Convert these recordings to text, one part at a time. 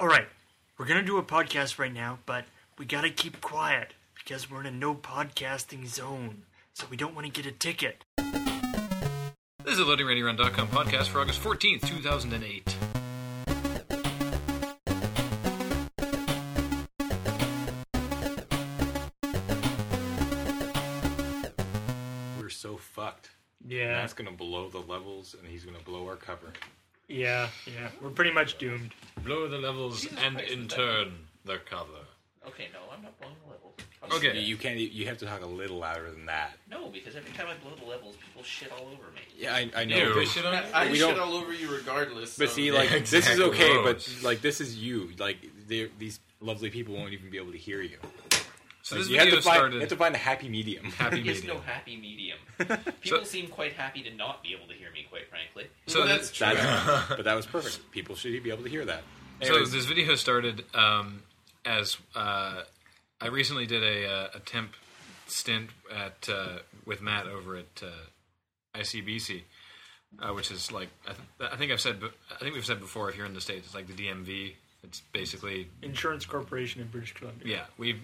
All right, we're gonna do a podcast right now, but we gotta keep quiet because we're in a no podcasting zone, so we don't want to get a ticket. This is the LoadingReadyRun.com podcast for August 14th, 2008. We're so fucked. Yeah, That's gonna blow the levels, and he's gonna blow our cover. yeah, yeah. We're pretty much doomed. Blow the levels and in turn their cover. Okay, no, I'm not blowing the levels. Okay. You can't. e, You have to talk a little louder than that. No, because every time I blow the levels, people shit all over me. Yeah, I, I Ew. know. Shit But, on- I We shit don't- all over you regardless. but so- see, like Yeah, this is exactly. okay, but Gross. like this is you. Like they- these lovely people won't even be able to hear you. So this you have video to find. started You have to find the happy medium. happy There's medium. no happy medium. People seem quite happy to not be able to hear me, quite frankly. So Well, that's that's true. That's, but that was perfect. People should be able to hear that. So Anyways, this video started um, as uh, I recently did a, uh, a temp stint at uh, with Matt over at uh, ICBC, uh, which is like I, th- I think I've said be- I think we've said before if you're in the states it's like the DMV. It's basically Insurance Corporation in British Columbia. yeah we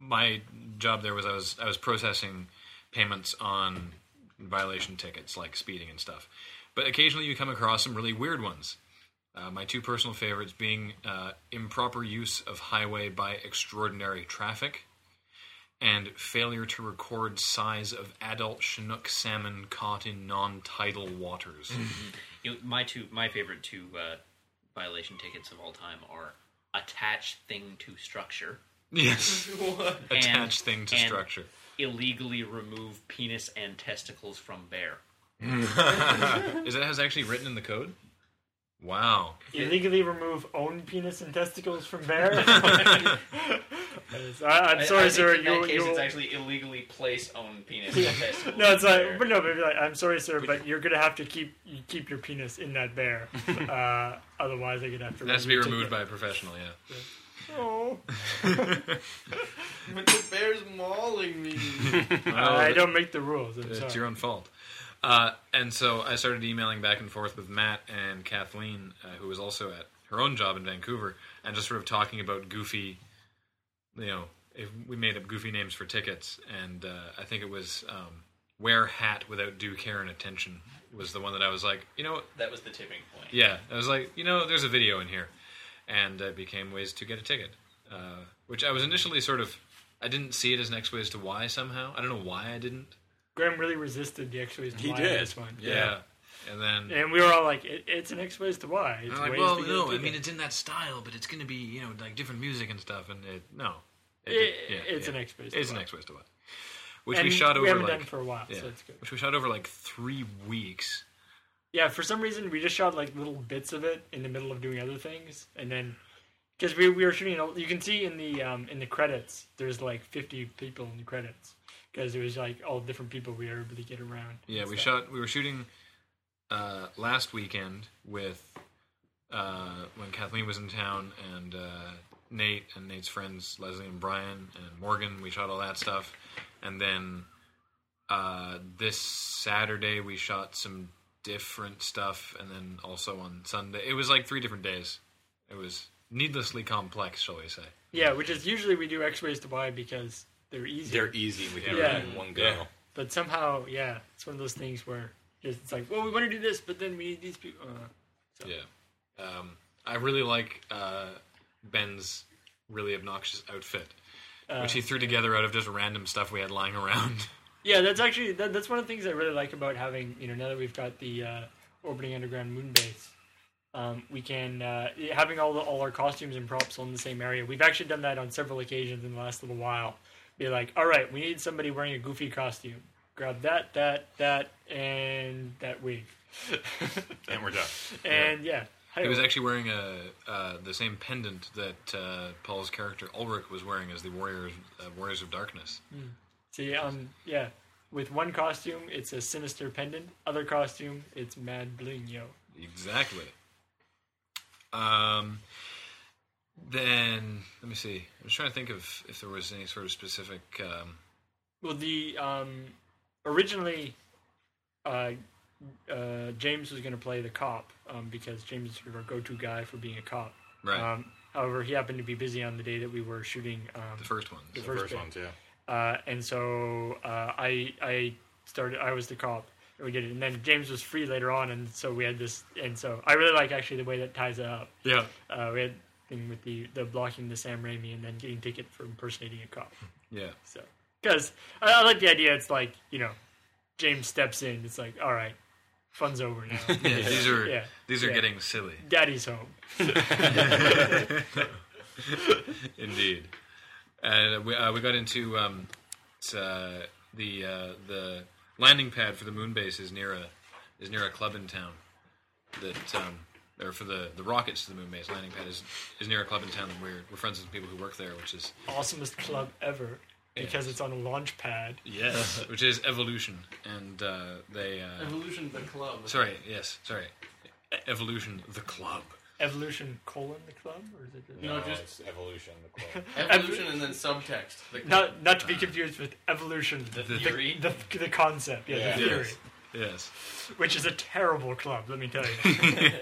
my job there was I was I was processing payments on violation tickets like speeding and stuff, but occasionally you come across some really weird ones. Uh, my two personal favorites being uh, improper use of highway by extraordinary traffic and failure to record size of adult Chinook salmon caught in non-tidal waters. You know, my two, my favorite two uh, violation tickets of all time are attach thing to structure, yes, What? attached thing to and- structure. illegally remove penis and testicles from bear. Is that how it's actually written in the code? Wow. Illegally remove own penis and testicles from bear. I, am I- sorry, I think sir. In that You, case, you, it's actually illegally place own penis and testicles. no, it's in like, bear. but no, but like, I'm sorry, sir, but you're gonna have to keep you keep your penis in that bear. uh, otherwise, I could have to. It has to be removed by a professional, yeah. Oh. But the bear's mauling me. Uh, I don't make the rules. I'm It's sorry. your own fault. Uh, and so I started emailing back and forth with Matt and Kathleen, uh, who was also at her own job in Vancouver, and just sort of talking about goofy, you know, if we made up goofy names for tickets. And uh, I think it was um, Wear Hat Without Due Care and Attention was the one that I was like, you know, that was the tipping point. yeah, I was like, you know, there's a video in here, and uh, it became ways to get a ticket, uh, which I was initially sort of, I didn't see it as next ways to why somehow. I don't know why I didn't. Graham really resisted the X ways to He Y on did. this one. Yeah, and then And we were all like, it, it's an X ways to Y. It's I'm like, ways well, to get no, I people." mean it's in that style, but it's going to be you know like different music and stuff, and it, no, It- It- yeah, it's yeah. an X-based It's one. an X-based one, which And we shot over haven't like done for a while, yeah, so it's good. which we shot over like three weeks. Yeah, for some reason we just shot like little bits of it in the middle of doing other things, and then because we, we were shooting, a- you can see in the um, in the credits, there's like 50 people in the credits because it was like all different people we were able to get around. Yeah, and we stuff. shot. We were shooting uh, last weekend with uh, when Kathleen was in town and uh, Nate and Nate's friends Leslie and Brian and Morgan. We shot all that stuff, and then uh, this Saturday we shot some different stuff, and then also on Sunday it was like three different days. It was needlessly complex, shall we say? Yeah, which is usually we do X ways to Y because they're easier. they're easy. We can Yeah. do it in one go. Yeah. But somehow, yeah, it's one of those things where just, it's like, well, we want to do this, but then we need these people. Uh, Yeah. Um, I really like uh, Ben's really obnoxious outfit, Uh. which he threw together out of just random stuff we had lying around. Yeah, that's actually that, that's one of the things I really like about having you know now that we've got the uh, orbiting underground moon base, um, we can uh, yeah, having all the, all our costumes and props all in the same area. We've actually done that on several occasions in the last little while. Be like, all right, we need somebody wearing a goofy costume. Grab that, that, that, and that wig, And we're done. and yeah, hi- he was actually wearing a uh, the same pendant that uh, Paul's character Ulrich was wearing as the Warriors uh, Warriors of Darkness. see, um, yeah, with one costume it's a sinister pendant, other costume it's mad bling yo. Exactly. Um, then let me see. I was trying to think of if there was any sort of specific. Um, Well, the um, originally uh, uh, James was going to play the cop um, because James is sort of our go-to guy for being a cop. Right. Um, however, he happened to be busy on the day that we were shooting um, the first one. the The first, first bit. ones, yeah. Uh, and so uh, I I started. I was the cop. And we did it, and then James was free later on, and so we had this. And so I really like actually the way that ties it up. Yeah. Uh, we had thing with the the blocking the Sam Raimi, and then getting ticket for impersonating a cop. Yeah. So because I, I like the idea, it's like you know, James steps in. It's like all right, fun's over now. Yeah, these are Yeah. these are Yeah. getting silly. Daddy's home. Indeed. And we, uh, we got into um, it's, uh, the uh, the landing pad for the moon base is near a is near a club in town that um, or for the, the rockets to the moon base landing pad is, is near a club in town and we're we're friends with people who work there, which is Awesomest club ever because it's on a launch pad. yes, which is evolution, and uh, they uh, Evolution the club. sorry yes sorry E- evolution the club Evolution colon the club or is it? No, just- it's evolution. The club. Evolution and then subtext. The Not, not to be confused with evolution, the The theory? the, the, concept, yeah, Yeah. the theory, yes which is a terrible club. Let me tell you.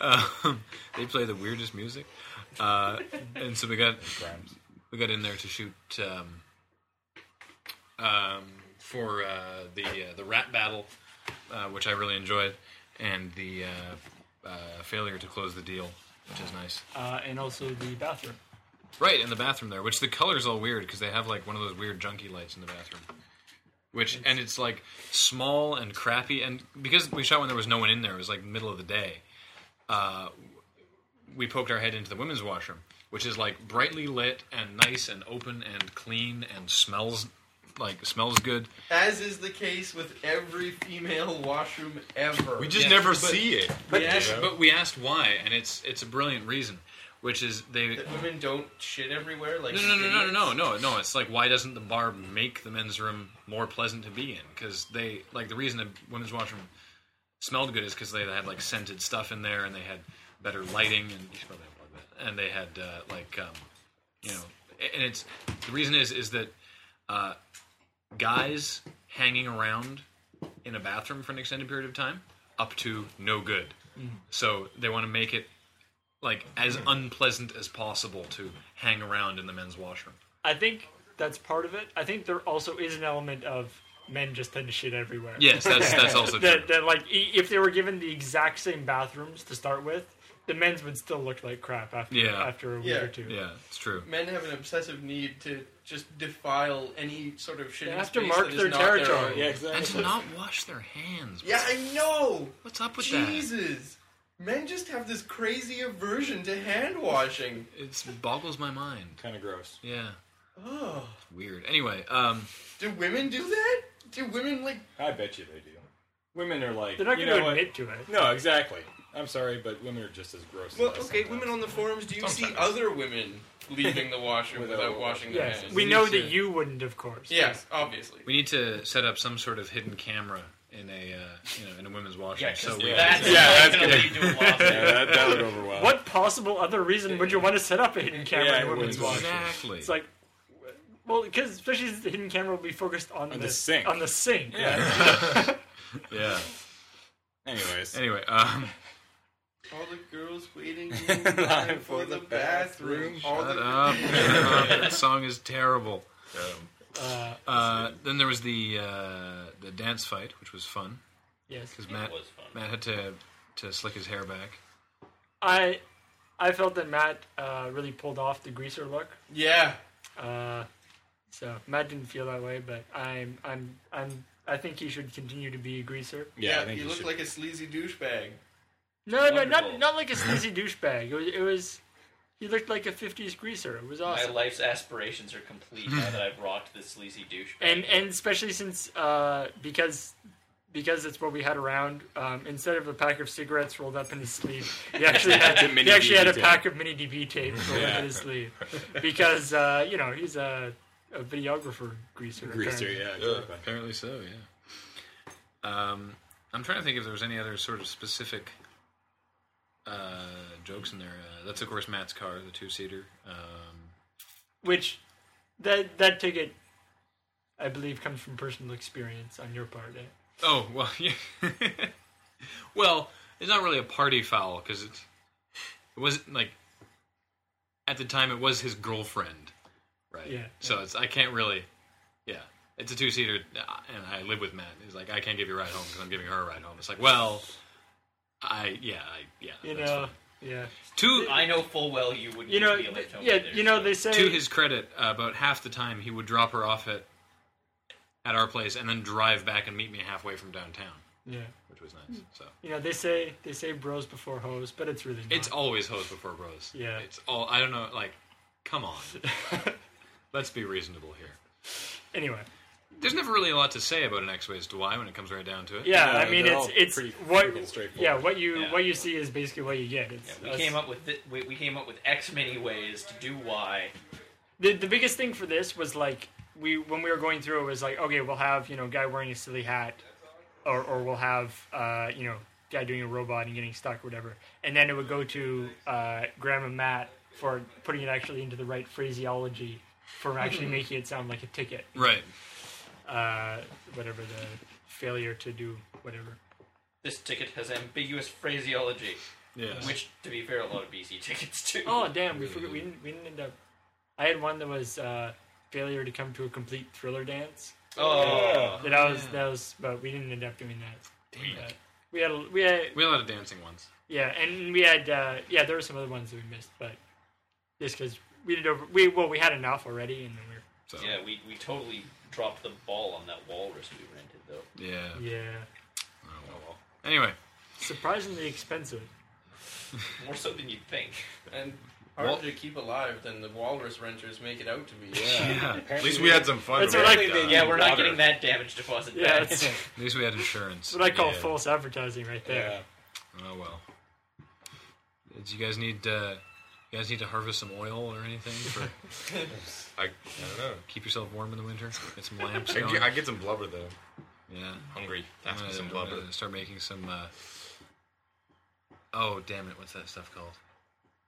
um, they play the weirdest music uh, and so we got Grimes. we got in there to shoot um, um, for uh, the uh, the rat battle, uh, which I really enjoyed, and the uh, uh, failure to close the deal, which is nice. Uh, and also the bathroom. Right in the bathroom there, which the color's all weird because they have like one of those weird junky lights in the bathroom. Which and it's like small and crappy, and because we shot when there was no one in there, it was like middle of the day. Uh, we poked our head into the women's washroom, which is like brightly lit and nice and open and clean and smells like smells good. As is the case with every female washroom ever. We just Yeah, never but- see it. But, We asked- but we asked why, and it's it's a brilliant reason, which is they that women don't shit everywhere. Like No, no, no, no, idiots. no, no, no, no. It's like why doesn't the bar make the men's room more pleasant to be in? Because they like the reason the women's washroom smelled good is because they had like scented stuff in there, and they had better lighting, and you should probably unplug that. And they had uh, like um, you know, and it's the reason is is that uh, guys hanging around in a bathroom for an extended period of time up to no good. Mm-hmm. So they want to make it like as unpleasant as possible to hang around in the men's washroom. I think that's part of it. I think there also is an element of men just tend to shit everywhere. Yes, that's that's also true. That, that like i- if they were given the exact same bathrooms to start with, the men's would still look like crap after Yeah. after a week Yeah. or two. Yeah, it's true. Men have an obsessive need to just defile any sort of shitty They have to space mark that is their not territory. own. yeah, And to exactly. not wash their hands. Yeah, I know. What's up with Jesus, men just have this crazy aversion to hand washing. that? It boggles my mind. Kind of gross. Yeah, Oh, weird. Anyway, um, do women do that? Do women like? I bet you they do. Women are like They're not you going know to what? admit to it. No, exactly. I'm sorry, but women are just as gross. Well, as us okay, sometimes. women on the forums. Do you see Sometimes. other women leaving the washroom Without washing. without washing their Yes, hands? we They know need to- that you wouldn't, of course. yes, obviously. we need to set up some sort of hidden camera in a uh, you know in a women's washroom. Yeah, 'cause so we, that's Yeah, that's gonna good. lead to a loss. Yeah, that, that would overwhelm. What possible other reason would you want to set up a hidden camera Yeah, in a women's women's washroom? washroom. exactly. It's like, well, because especially since the hidden camera will be focused on, the sink. On the sink. Yeah. yeah. Anyways, Anyway, um, All the girls waiting in line for the bathroom. All shut the up. that song is terrible. Uh, Uh, then there was the uh, the dance fight, which was fun yes. because Matt was fun. Matt had to to slick his hair back. I, I felt that Matt uh, really pulled off the greaser look. yeah. Uh, so Matt didn't feel that way, but I'm, I'm, I'm. I think he should continue to be a greaser. yeah, I yeah think you you look should- like a sleazy douchebag. No, no, Wonderful. not not like a sleazy douchebag. It was, it was. He looked like a '50s greaser. It was My awesome. life's aspirations are complete now that I've rocked this sleazy douche. and and especially since uh, because because it's what we had around. Um, instead of a pack of cigarettes rolled up in his sleeve, he actually had The mini he actually had a DB tape. pack of mini DB tapes rolled up Yeah. in his sleeve because uh, you know he's a, a videographer greaser. greaser. apparently. Yeah, exactly. Apparently so, yeah. Um, I'm trying to think if there was any other sort of specific uh, jokes in there. Uh, that's of course Matt's car, the two seater. Um, Which that that ticket, I believe, comes from personal experience on your part. eh? oh well, yeah. well, it's not really a party foul because it was like at the time it was his girlfriend, right? Yeah. So it's I can't really, yeah. It's a two seater, and I live with Matt. He's like, I can't give you a ride home because I'm giving her a ride home. It's like, well, I yeah, I, yeah. You that's know, fine. yeah. to I know full well you wouldn't. You know, be a lift home yeah. either, You know, so- they say to his credit, uh, about half the time he would drop her off at at our place and then drive back and meet me halfway from downtown, yeah. which was Hmm. nice. So You know, they say they say bros before hoes, but it's really not. it's always hoes before bros. Yeah. it's all I don't know. Like, come on, let's be reasonable here. anyway. There's never really a lot to say about an X Ways to Y when it comes right down to it. Yeah, No, I mean they're it's all it's pretty what freaking straightforward. yeah what you Yeah. what you see is basically what you get. It's, We us- came up with thi- we, we came up with X many ways to do Y. the the biggest thing for this was like we when we were going through it was like okay we'll have you know guy wearing a silly hat, or or we'll have uh you know guy doing a robot and getting stuck or whatever, and then it would go to uh, Graham and Matt for putting it actually into the right phraseology for actually making it sound like a ticket, Right. uh, whatever the failure to do whatever. This ticket has ambiguous phraseology, Yes. which, to be fair, a lot of BC tickets do. Oh damn, we forgot we didn't we didn't end up. I had one that was uh, failure to come to a complete thriller dance. Oh. That I was yeah. that was, but we didn't end up doing that. Dang it. But we had we had We had a lot of dancing ones. yeah, and we had uh, yeah. There were some other ones that we missed, but just because we did over we well we had enough already, and then we So Yeah, we, we totally dropped the ball on that walrus we rented, though. yeah. were yeah Oh, well. Anyway, surprisingly expensive. More so than you'd think. And Well- harder to keep alive than the walrus renters make it out to be. yeah. At least Apparently we they- had some fun. That's with what it. I- Uh, Yeah, we're not water. getting that damage deposit Yeah, back. that's At least we had insurance. what I call Yeah. false advertising right there. Yeah. Oh well. Did you guys need uh, you guys need to harvest some oil or anything for I, I don't know. keep yourself warm in the winter? Get some lamps. I Going. get, I get some blubber though. Yeah. Hungry. I'm Ask gonna, me some I'm blubber. gonna start making some. Uh... Oh damn it! What's that stuff called?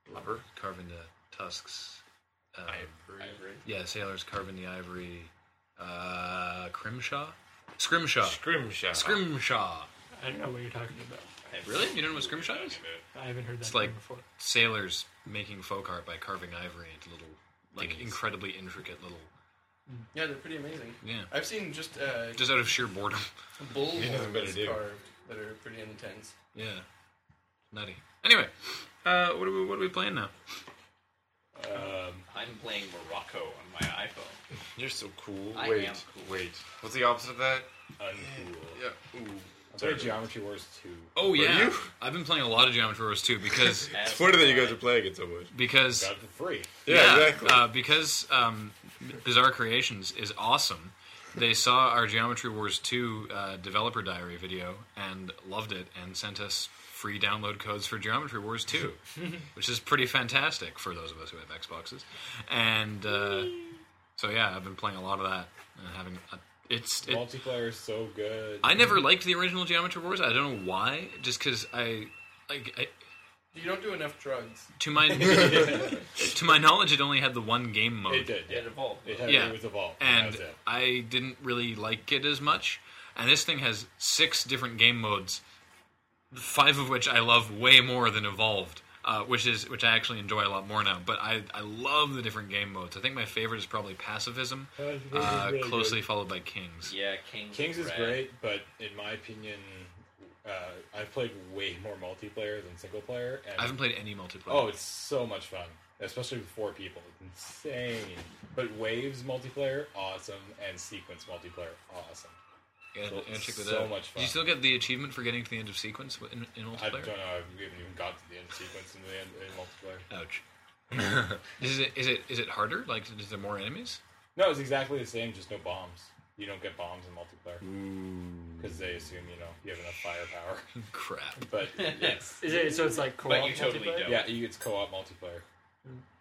Blubber. Carving the tusks. Um, Ivory. yeah, sailors carving the ivory. Uh, crimshaw, scrimshaw, Scrimshaw. scrimshaw. I don't know what you're talking about. Really? You don't know what scrimshaw is? I haven't heard that It's term like- before. sailors making folk art by carving ivory into little, like Thingies. incredibly intricate little, Yeah, they're pretty amazing. yeah, I've seen just uh, just out of sheer boredom. bull He knows better horns do. carved that are pretty intense. Yeah, nutty. Anyway, uh, what are we what are we playing now? I'm playing Morocco on my iPhone. You're so cool. I wait, am cool. wait. What's the opposite of that? Uncool. Yeah. Ooh. I played Geometry Wars 2. Oh yeah, you? I've been playing a lot of Geometry Wars too because As It's funny that you my- guys are playing it so much. because Got it for free. Yeah, exactly. Uh, because um, Bizarre Creations is awesome. They saw our Geometry Wars 2 uh, developer diary video and loved it and sent us free download codes for Geometry Wars 2, which is pretty fantastic for those of us who have Xboxes. And uh, so, yeah, I've been playing a lot of that and having. A, it's it, Multiplayer is so good. I never liked the original Geometry Wars. I don't know why. Just because I, like, I You don't do enough drugs. to my to my knowledge, it only had the one game mode. It did, yeah. It evolved. It, had, Yeah. it was Evolve. and that was it. I didn't really like it as much. And this thing has six different game modes, five of which I love way more than Evolved, uh, which is which I actually enjoy a lot more now. But I I love the different game modes. I think my favorite is probably Pacifism, uh, Really good. closely followed by Kings. Yeah, Kings. Kings is rad. great, but in my opinion, uh, I've played way more multiplayer than single player. And I haven't played any multiplayer. Oh, it's so much fun, especially with four people. It's insane. But waves multiplayer, awesome, and sequence multiplayer, awesome. yeah, so- yeah, check that so out. much Do you fun. still get the achievement for getting to the end of sequence in, in I don't multiplayer? know. We haven't even got to the end sequence in the end in multiplayer. Ouch. is it is it is it harder? Like, is there more enemies? No, it's exactly the same, just no bombs. You don't get bombs in multiplayer because they assume you know you have enough firepower. Crap. But yes, Is it so? It's like co-op you totally multiplayer? don't. yeah, you, it's co-op multiplayer.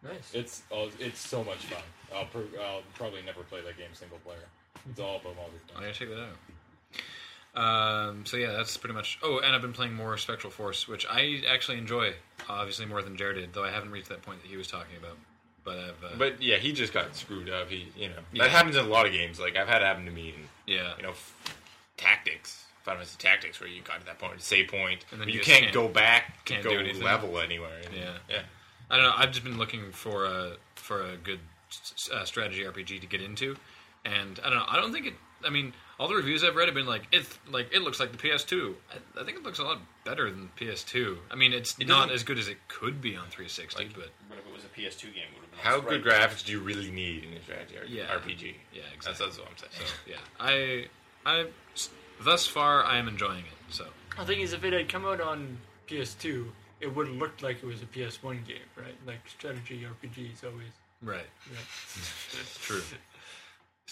Nice. It's oh, it's so much fun. I'll, pr- I'll probably never play that game single player. It's all about I multiplayer. gotta check that out. Um, so yeah, that's pretty much. Oh, and I've been playing more Spectral Force, which I actually enjoy, obviously more than Jared did, though I haven't reached that point that he was talking about. But I've, uh, But yeah, he just got screwed up. He, you know, Yeah. that happens in a lot of games. Like I've had it happen to me. And, yeah, you know, f- tactics. Final Fantasy Tactics, where you got to that point, save point, And then and then you you, just can't, can't- go back to can't go do anything. level anywhere. Yeah. yeah. I don't know. I've just been looking for a for a good s- uh, strategy RPG to get into, and I don't know. I don't think it. I mean, all the reviews I've read have been like it. Like it looks like the PS2. I, I think it looks a lot better than the PS2. I mean, it's not doesn't- as good as it could be on 360, but But if it was a PS2 game, it would have been How right. good graphics do you really need in a strategy R- Yeah. RPG? yeah, That's, exactly. that's what I'm saying. yeah, I I thus far I am enjoying it. So The thing is, if it had come out on PS2, it would have looked like it was a PS1 game, right? Like strategy RPG is always. right, Yeah. true.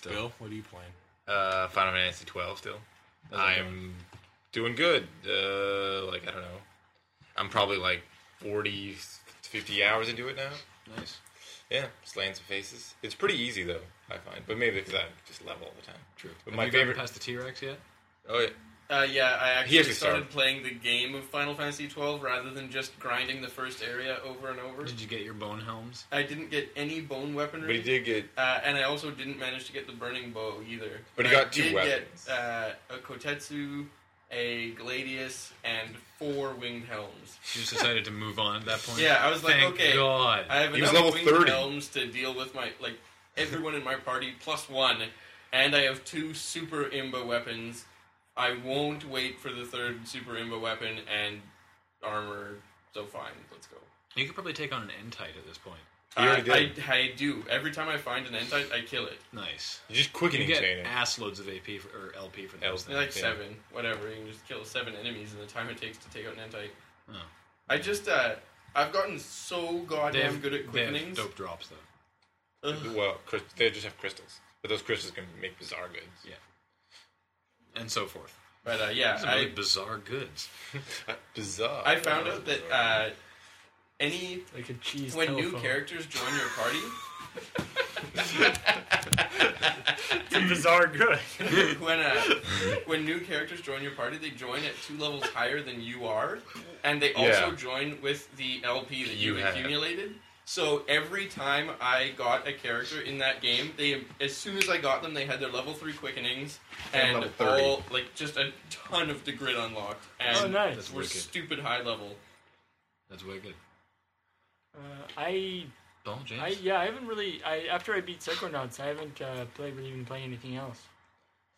Bill, what are you playing? Uh, Final Fantasy 12 still. I'm doing good. Uh, like I don't know. I'm probably like 40, 50 hours into it now. Nice. Yeah, slaying some faces. It's pretty easy though, I find. But maybe because I just level all the time. True. But Have my you gotten favorite- past the T Rex yet? Oh yeah. Uh, yeah, I actually, started actually started. playing the game of Final Fantasy twelve rather than just grinding the first area over and over. Did you get your bone helms? I didn't get any bone weaponry. But he did get. Uh, and I also didn't manage to get the burning bow either. But he I got two did weapons. Get, uh, a kotetsu, a gladius, and four winged helms. You just decided to move on at that point. Yeah, I was like, Thank okay, God. I have He was enough level winged 30. helms to deal with my like everyone in my party plus one, and I have two super imba weapons. I won't wait for the third super imba weapon and armor. So fine, let's go. you could probably take on an entite at this point. He already I, did. I, I do. Every time I find an entite, I kill it. Nice. You just You quickening get chain it. ass loads of AP for, or LP for those. They're things. like Yeah. seven, whatever. You can just kill seven enemies in the time it takes to take out an entite. Oh. I just, uh, I've gotten so They goddamn have, good at they have quickenings. dope drops though. Ugh. Well, crys- they just have crystals, but those crystals can make bizarre goods. And so forth. But uh, yeah, Some really I, bizarre goods. bizarre. I found out that uh, any Like a cheese. when telephone. new characters join your party, It's a bizarre good. when uh, when new characters join your party, they join at two levels higher than you are, and they also Yeah. join with the LP that you You have. accumulated. So every time I got a character in that game, they as soon as I got them, they had their level three quickenings And and level 30. all like just a ton of the grid unlocked, and Oh, nice. That's were wicked. stupid high level. That's wicked. Uh, I, Don't I, James. yeah, I haven't really. I after I beat Psychonauts, I haven't uh, played really been playing anything else.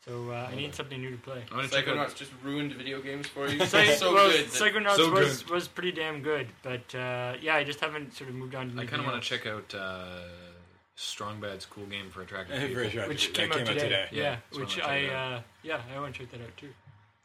So uh, I need something new to play. I, am want to check out. Psychonauts just ruined video games for you. Psy- It's so well, good. that- Psychonauts so was, good. was pretty damn good, but uh, yeah, I just haven't sort of moved on. to I anything kind of want else, to check out uh, Strong Bad's cool game for attractive people. Very attractive. Which That came, out, today. Yeah, Yeah, that's which what I I wanna check uh, yeah I want to check that out too.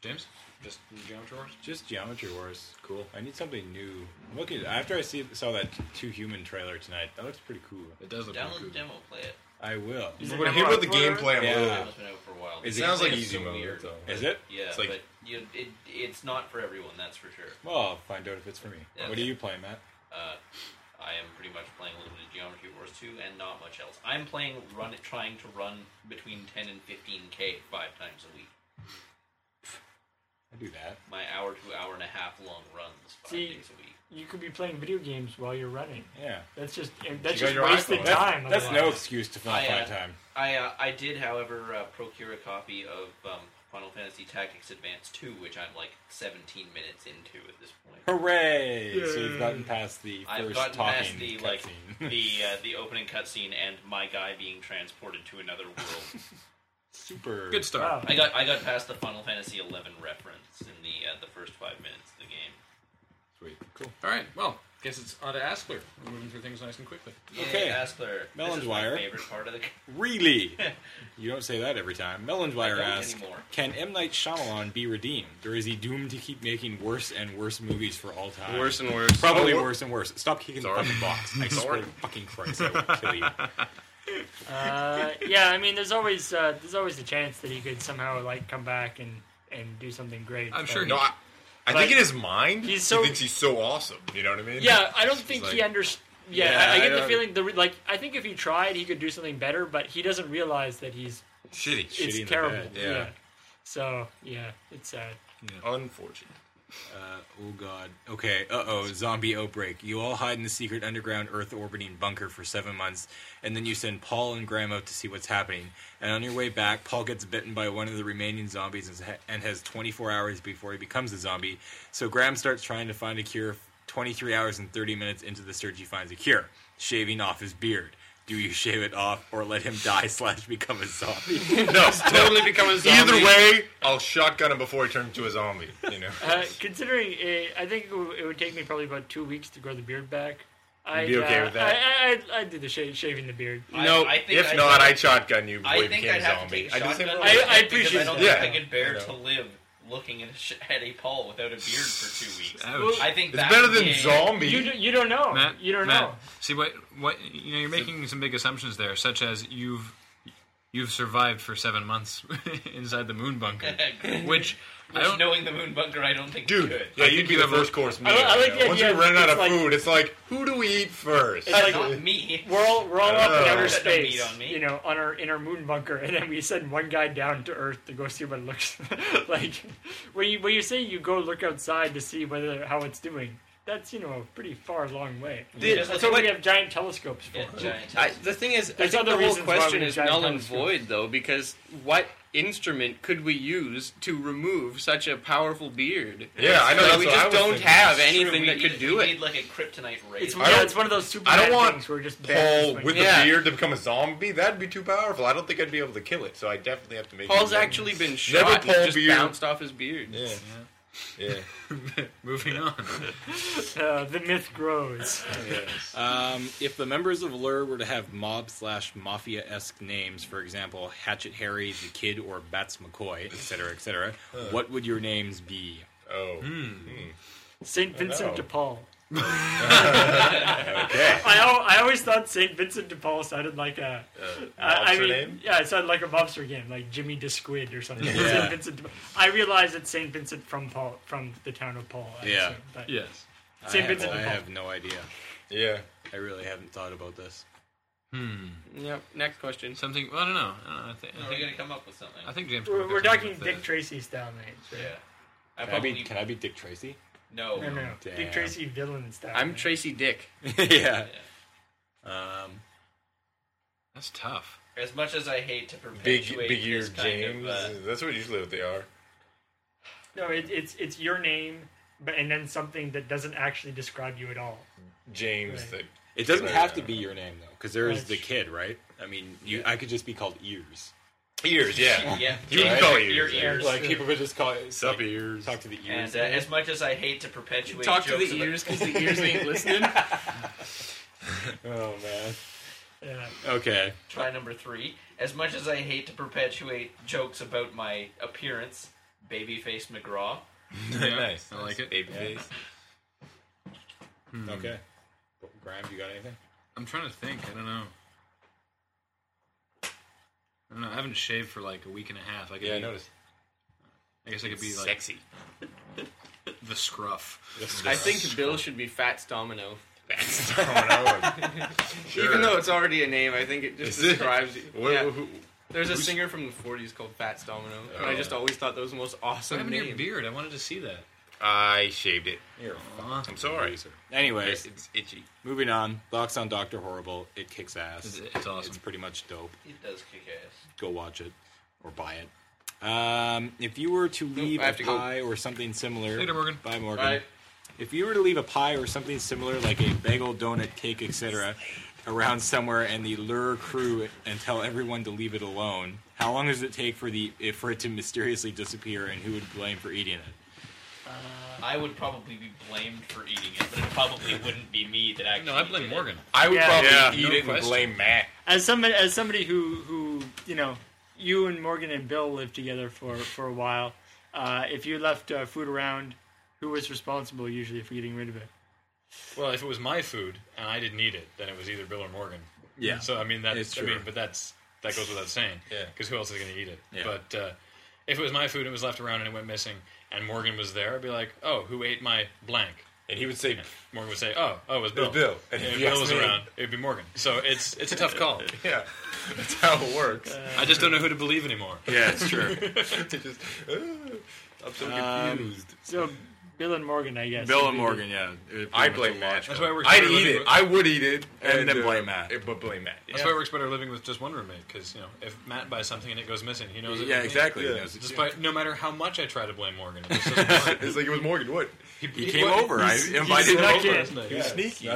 James, just Geometry Wars. Just Geometry Wars. Cool. I need something new. I'm looking after I see saw that Two Human trailer tonight. That looks pretty cool. It does look Download cool. the demo, play it. I will. Is it We're demo gonna hear about the up or whatever? gameplay. I'm a little Yeah. bit- It's been out for a while. Is It sounds like It's easy so mode. weird. that's all. Is it? Yeah, It's like- but you, it, it's not for everyone, that's for sure. Well, I'll find out if it's for me. Yeah. What are you playing, Matt? Uh, I am pretty much playing a little bit of Geometry Wars 2 and not much else. I'm playing run trying to run between 10 and 15k five times a week. I do that. My hour to hour and a half long runs five See, days a week. You could be playing video games while you're running. Yeah. That's just that's got just your wasted iPhone. That's, time. that's no otherwise. excuse to fill I, out my uh, time. I uh, I did, however, uh, procure a copy of um, Final Fantasy Tactics Advance 2, which I'm like 17 minutes into at this point. Hooray! So you've gotten past the 1st I've gotten talking past the like cutscene. the uh, the opening cutscene and my guy being transported to another world. super Good start. Wow. I got I got past the Final Fantasy 11 reference in the uh, the first five minutes of the game. Sweet, cool. All right. Well, guess it's on to Askler. We're moving through things nice and quickly. Okay. Yay, Askler. Melon's this is Wire. My favorite part of the Really? you don't say that every time. Melonwire don't asks, anymore. "Can M Night Shyamalan be redeemed, or is he doomed to keep making worse and worse movies for all time? Worse and worse. Probably Oh, wha- worse and worse. Stop kicking Sorry. the fucking box. I swear Sorry. to fucking Christ, I will kill you. uh, yeah, I mean, there's always uh, there's always a chance that he could somehow like come back and and do something great. I'm sure but- he- No, I, I Like, think in his mind, he's so- he thinks he's so awesome. You know what I mean? Yeah, I don't think He's he like- understands. Yeah, Yeah, I, I I get the don't- feeling the re- like I think if he tried, he could do something better, but he doesn't realize that he's Shitty. Shitty in it's the terrible. bed, yeah. yeah. So yeah, it's sad. Unfortunate. Uh, oh god. Okay. Uh oh. Zombie outbreak. You all hide in the secret underground Earth orbiting bunker for seven months, and then you send Paul and Graham out to see what's happening. And on your way back, Paul gets bitten by one of the remaining zombies and, and has 24 hours before he becomes a zombie. So Graham starts trying to find a cure 23 hours and 30 minutes into the search, he finds a cure shaving off his beard. Do you shave it off or let him die slash become a zombie? No, totally become a zombie. Either way, I'll shotgun him before he turns into a zombie. You know, Uh, considering eh, I think it would, it would take me probably about two weeks to grow the beard back. I'd, be okay uh, with that? I, I, I'd, I'd do the sha- shaving the beard. I- no. I think if I'd not, have- I'd shotgun you before I you think became I'd a have to zombie. take I do the shotgun. to same rule. I- get I it because appreciate I don't that. think I Yeah. could bear I know. to live looking at a, sh- at a Paul without a beard for two weeks. Ouch. I think It's that better would than be a- zombie. You, d- you don't know. Matt, you don't Matt, know. See what what you know. You're making some big assumptions there, such as you've you've survived for seven months inside the moon bunker, which I Which don't know. knowing the moon bunker, I don't think Dude, we could. yeah, I you'd think be you the have a- first course meal. I like the yeah. Once idea you run out it's of like- food, it's like, who do we eat first? It's like- Not me. We're all we're all up in Uh. outer Don't space, beat on me. you know, on our in our moon bunker, and then we send one guy down to Earth to go see what it looks like. When you when you say you go look outside to see whether how it's doing, that's you know a pretty far long way. Dude, that's so what what- we have giant telescopes for. Yeah, giant. I, the thing is, I There's think other the whole reasons why question we is need giant null and telescopes. void, though, because what instrument could we use to remove such a powerful beard? yeah, I know. Like, that's we what I just was don't thinking. have True, anything we that need- could do we it. Need like a kryptonite ray. It's It's, yeah, don't- it's one of those super I don't want things where just Paul with Yeah. the beard to become a zombie. That'd be too powerful. I don't think I'd be able to kill it. So I definitely have to make. Paul's it actually been shot Never and Paul just beard. bounced off his beard. Yeah. Yeah. Moving on. uh, the myth grows. Um, if the members of Lur were to have mob slash mafia esque names, for example, Hatchet Harry, the Kid, or Bats McCoy, etc., etc., what would your names be? Oh. Saint Vincent know. de Paul. Okay. I, al- I always thought Saint Vincent de Paul sounded like a I I Mobster mean, name? yeah, it sounded like a mobster game, like Jimmy De Squid or something. Yeah. Saint Vincent de- I realize it's Saint Vincent from Paul, from the town of Paul. I Yeah. assume, but yes. Saint I, have, Vincent I de Paul. have no idea. Yeah. I really haven't thought about this. Yep. Next question. Something. Well, I don't know. I don't know. I think. I Are we think, gonna come up with something? I think James. We're, Cook we're has something talking with Dick the- Tracy style names. yeah. Right? I Can I probably be, can I be Dick Tracy? no. No, no, no. Dick Oh, Damn. Tracy villain style. I'm name. Tracy Dick. yeah. Um, That's tough. As much as I hate to Big perpetuate big this ear kind James. of, uh, That's what usually what they are. No, it, it's it's your name, but and then something that doesn't actually describe you at all. James. Right. It doesn't have to be your name though, because there is Right. the kid, right? I mean, you, I could just be called Ears. That ears. Yeah. yeah, You can call your ears. ears. Like eh? people could just call it Sup like, ears. Talk to the ears. And uh, as much as I hate to perpetuate Talk to jokes the about- ears because the ears ain't listening. oh man. Yeah. Okay. try number three. As much as I hate to perpetuate jokes about my appearance, babyface McGraw. nice. I like it. Baby face. Hmm. Okay. Graham, you got anything? I'm trying to think. I don't know. I don't know. I haven't shaved for like a week and a half. I could Yeah, I be- noticed. I guess I could be like Sexy. the scruff. I think Bill should be Fats Domino. Oh, no. Sure. Even though it's already a name, I think it just Is it? describes it. What- yeah. who- Oh. There's a singer from the 40s called Fats Domino, and I just always thought that was the most What awesome happened to your name. beard? I wanted to see that. I shaved it. Aw. I'm sorry. Anyways, It's, it's itchy. moving on. Thoughts on Doctor Horrible? It kicks ass. It's- it's awesome. It's pretty much dope. It does kick ass. Go watch it or buy it. Um, if you were to leave I a have to go. pie or something similar, Later, Morgan. Bye, Morgan. Bye. If you were to leave a pie or something similar, like a bagel, donut, cake, etc., around somewhere, and the lure crew and tell everyone to leave it alone, how long does it take for the if for it to mysteriously disappear, and who would blame for eating it? I would probably be blamed for eating it, but it probably wouldn't be me that actually. No, I did blame it. Morgan. I would Yeah. probably Yeah. eat No it and question. blame Matt. as somebody as somebody who who you know you and Morgan and Bill lived together for for a while, uh, if you left uh, food around, who was responsible usually for getting rid of it? Well, if it was my food and I didn't eat it, then it was either Bill or Morgan. Yeah. So I mean that's It's I mean, true. but that's that goes without saying. Yeah. Because who else is going to eat it? Yeah. But uh, if it was my food and it was left around and it went missing, and Morgan was there, I'd be like, "Oh, who ate my blank?" And he would say, Morgan would say, "Oh, oh, it was Bill." was Bill. And And if if you Bill ask was me- around, it'd be Morgan. So it's it's a tough call. "Yeah, that's how it works." I just don't know who to believe anymore. Yeah, it's true. It just, "Ah, uh, I'm so Um, confused. So Bill and Morgan, I guess. Bill would and be the- Morgan, yeah. It pretty I much blame a Matt. wash. That's why it works I'd better eat living it. with- I would eat it, And then uh, blame Matt. it- but blame Matt. That's yeah. why it works better living with just one roommate because you know if Matt buys something and it goes missing, he knows. It Yeah, was me. exactly. Yeah. He knows it, yeah. Despite no matter how much I try to blame Morgan, it just doesn't work. it's like it was Morgan. What? He came over. I invited He's him snuck over. in. He was Yeah. sneaky.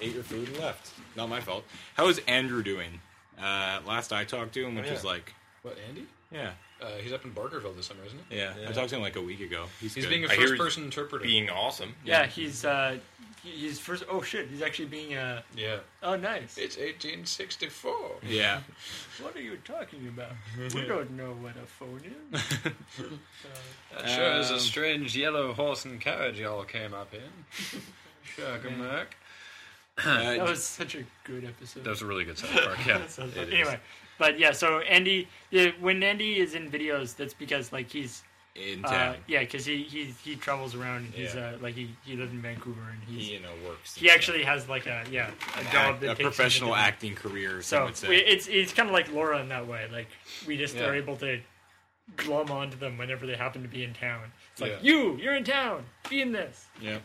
ate your food, and left. Not my fault. How is Andrew doing? Uh, last I talked to him, which yeah. was like, What Andy? yeah, Uh, he's up in Barkerville this summer, isn't he? yeah, I talked to him like a week ago. He's, He's good. being a I hear first-person interpreter. Being awesome. Yeah, he's uh, he- he's first. Oh shit, he's actually being uh. yeah. Oh nice. It's 1864. yeah. What are you talking about? Mm-hmm. we don't know what a phone is. That sure is Um, a strange yellow horse and carriage y'all came up in. Sure, good Mark. Uh, That was such a good episode. That was a really good South Park, yeah. So- anyway, but yeah, so Andy, yeah, when Andy is in videos, that's because like he's in uh, town. yeah, because he, he he travels around. He's Yeah. uh, like he he lives in Vancouver and he's he, he, you know, works. actually has like a yeah a An job act- that a takes him to professional different- acting career. some So would say. we, it's it's kind of like Laura in that way. Like we just Yeah. are able to glom onto them whenever they happen to be in town. It's like Yeah. you, you're in town, be in this. Yeah.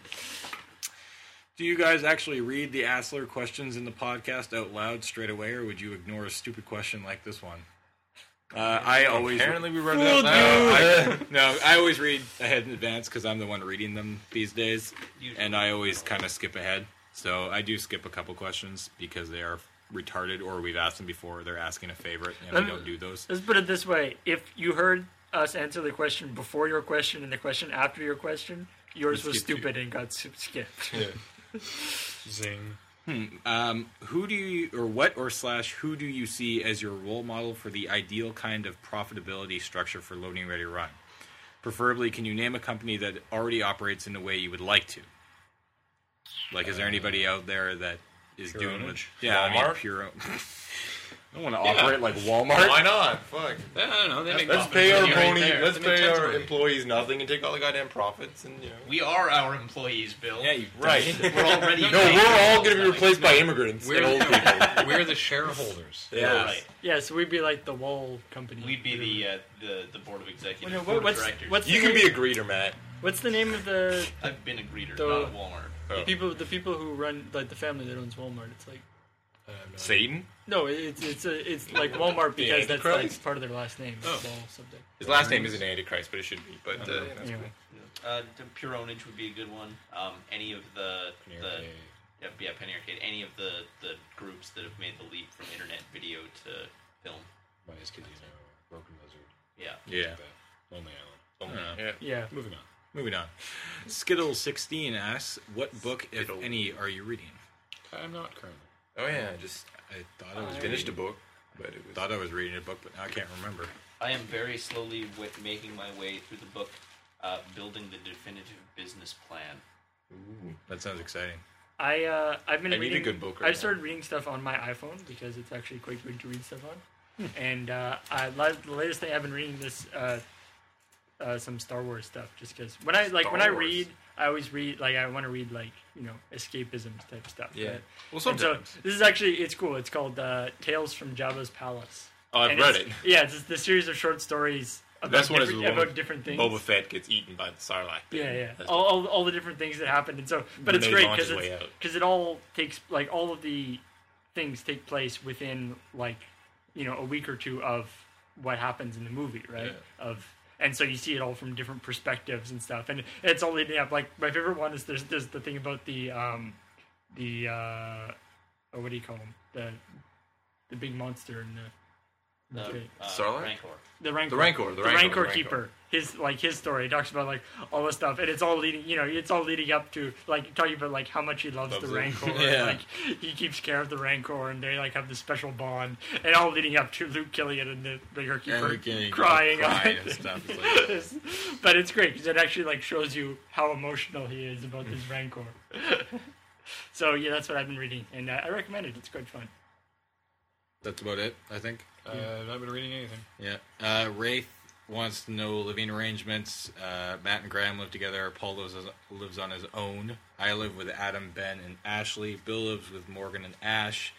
Do you guys actually read the Assler questions in the podcast out loud straight away, or would you ignore a stupid question like this one? Uh, I always Apparently, we read it Fooled out loud. I- no, I always read ahead in advance because I'm the one reading them these days, Usually. and I always kind of skip ahead. So I do skip a couple questions because they are retarded, or we've asked them before. They're asking a favorite, and Let we me- don't do those. Let's put it this way: if you heard us answer the question before your question and the question after your question, yours We was skipped you. stupid and got su- skipped. Zing. Um, who do you, or what, or slash, who do you see as your role model for the ideal kind of profitability structure for loading ready run? Preferably, can you name a company that already operates in a way you would like to? Like, is there anybody out there that is Pure doing Ownage? with? Yeah, I mean, Uh, Walmart? pure. Own- I want to operate like Walmart. Why not? Fuck. I don't know. They make Let's profit. pay our They make- pony. they Let's make pay tons of our money. employees nothing and take all the goddamn profits and you know. We are our employees, Bill. Yeah, you Right. We're already. No, we're all going to be Selling. replaced by immigrants We're, and old people. no, we're the shareholders. You're Yeah. right. Yeah, so we'd be like the wall company. We'd be the uh, the the board of executive Well, no, board what, of what's directors. what's You the can name, be a greeter, Matt. what's the name of the I've been a greeter, The- not a Walmart. Oh. people the people who run like the family that owns Walmart? It's like I have no idea. Satan. no, it's it's a, it's like Walmart because that's Antichrist? like part of their last name. Oh. Wall something. His last name isn't Antichrist, but it should be. But uh, you know. Anyway, Uh, the pure ownage would be a good one. Um, any of the the yeah, yeah Penny Arcade, any of the the groups that have made the leap from internet video to film. Vice Casino, Broken Lizard, Yeah. Yeah. Lonely Island. Uh, yeah. Moving on. Moving on. Skittle sixteen asks, "What book, if Skittle. any, are you reading?" I'm not currently. Oh yeah, I just I thought I was finished a reading, book, but it was. thought I was reading a book, but now I can't remember. I am very slowly w- making my way through the book, uh, building the definitive business plan. That sounds exciting. I uh, I've been I need a reading. good book right I've now. started reading stuff on my iPhone because it's actually quite good to read stuff on. Hmm. and uh, I, la- the latest thing I've been reading this uh, uh, some Star Wars stuff just because when I like Star when I Wars. read, I always read like I want to read like you know escapism type stuff. Yeah. right? Well, And so sometimes. this is actually it's cool. It's called uh, Tales from Jabba's Palace. Oh, I've And read it. it's- Yeah, it's the series of short stories about That's what it's different, the one about with different things. Boba Fett gets eaten by the Sarlacc. pit. Yeah, yeah. That's All, all, all the different things that happened, and so but it's They great launch because his way it's out. because it all takes like all of the things take place within like you know a week or two of what happens in the movie, right? Of and so you see it all from different perspectives and stuff, and it's all leading up. Like my favorite one is there's there's the thing about the um the uh oh, what do you call him the the big monster and the The, Okay. uh, Sarlacc? Rancor. the Rancor. The Rancor, the The Rancor, Rancor, the Rancor. Keeper. His like his story It talks about like all this stuff, and it's all leading. You know, it's all leading up to like talking about like how much he loves, Loves the it. Rancor. Yeah. Like he keeps care of the Rancor, and they like have this special bond, and all leading up to Luke Killian and the Rancor Keeper crying. on crying it. and stuff. It's like, but it's great because it actually like shows you how emotional he is about this Rancor. so yeah, that's what I've been reading, and uh, I recommend it. It's quite fun. That's about it, I think. Uh, I've not been reading anything. Yeah. Uh, Wraith wants to know living arrangements. Uh, Matt and Graham live together. Paul lives, lives on his own. I live with Adam, Ben, and Ashley. Bill lives with Morgan and Ash.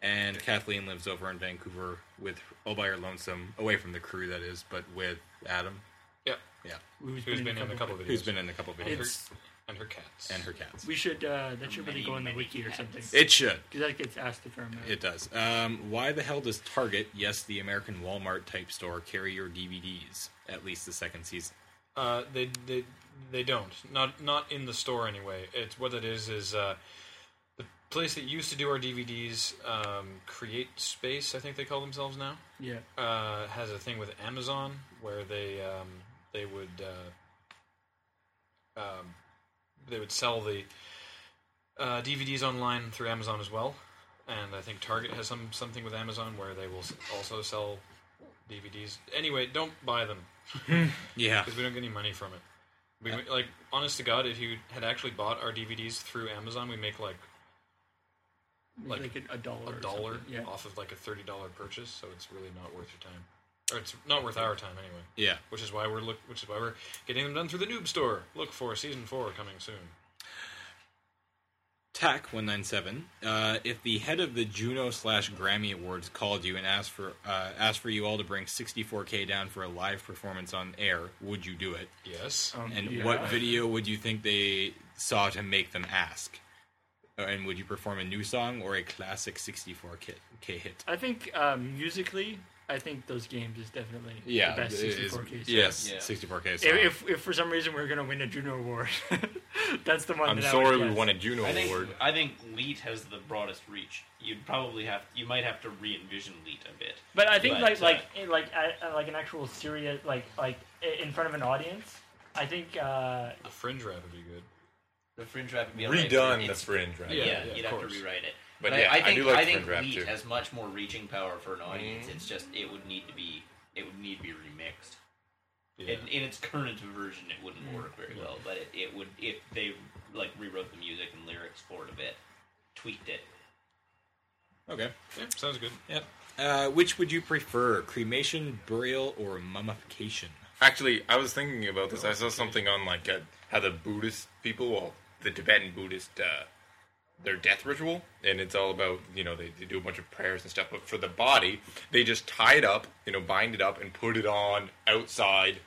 And Kathleen lives over in oh, Vancouver with all by her lonesome, away from the crew that is, but with Adam. Yeah. Yeah. Who's Who's been in a couple of videos? Who's been in a couple videos It's- and her cats and her cats. We should. Uh, that should really go in the wiki or something. It should. Because that gets asked if I'm. It does. Um, why the hell does Target, yes, the American Walmart type store, carry your DVDs? At least the second season. Uh, they they they don't. Not not in the store anyway. It's what it is is uh, the place that used to do our DVDs, um, Create Space, I think they call themselves now, Yeah. uh, has a thing with Amazon where they um, they would uh, um, they would sell the uh, DVDs online through Amazon as well, and I think Target has some something with Amazon where they will s- also sell DVDs. Anyway, don't buy them Yeah. because we don't get any money from it. We like, honest to God, if you had actually bought our DVDs through Amazon, we make like Like, Like a, a dollar. a or dollar something. Yeah. off of like a thirty dollar purchase, so it's really not worth your time, or it's not worth our time anyway. Yeah. Which is why we're look, which is why we're getting them done through the Noob Store. Look for season four coming soon. Tac one nine seven. Uh, if the head of the Juno slash Grammy Awards called you and asked for uh, asked for you all to bring sixty four K down for a live performance on air, would you do it? Yes, Um, And yeah. what video would you think they saw to make them ask? Uh, And would you perform a new song or a classic sixty four K hit? I think um, musically, I think those games is definitely Yeah, the best it is- 64K. song. Yes, Yeah. sixty four K. If, if if for some reason we are gonna win a Juno Award, that's the one. I'm that I sorry would we guess. won a Juno I think Award. I think Leet has the broadest reach. You'd probably have you might have to re-envision Leet a bit. But I think like But, uh, like in- like a, a- like an actual serious like like i- in front of an audience. I think uh, the Fringe rap would be good. The fringe rap would be alright, but Redone the it's- fringe, right? Yeah, Yeah, yeah, you'd of have to course. rewrite it. But yeah, I think do like I think fringe rap, Leet too. Mm-hmm. has much more reaching power for an audience. It's just it would need to be it would need to be remixed. Yeah. In, in its current version, it wouldn't Mm-hmm. work very well. But it, it would if they like rewrote the music and lyrics for it a bit, tweaked it. Okay. Yeah, sounds good. Yep. Uh, which would you prefer, cremation, burial, or mummification? Actually, I was thinking about this. I saw something on like uh, how the Buddhist people, well, the Tibetan Buddhist, uh, their death ritual, and it's all about you know they, they do a bunch of prayers and stuff. But for the body, they just tie it up, you know, bind it up, and put it on outside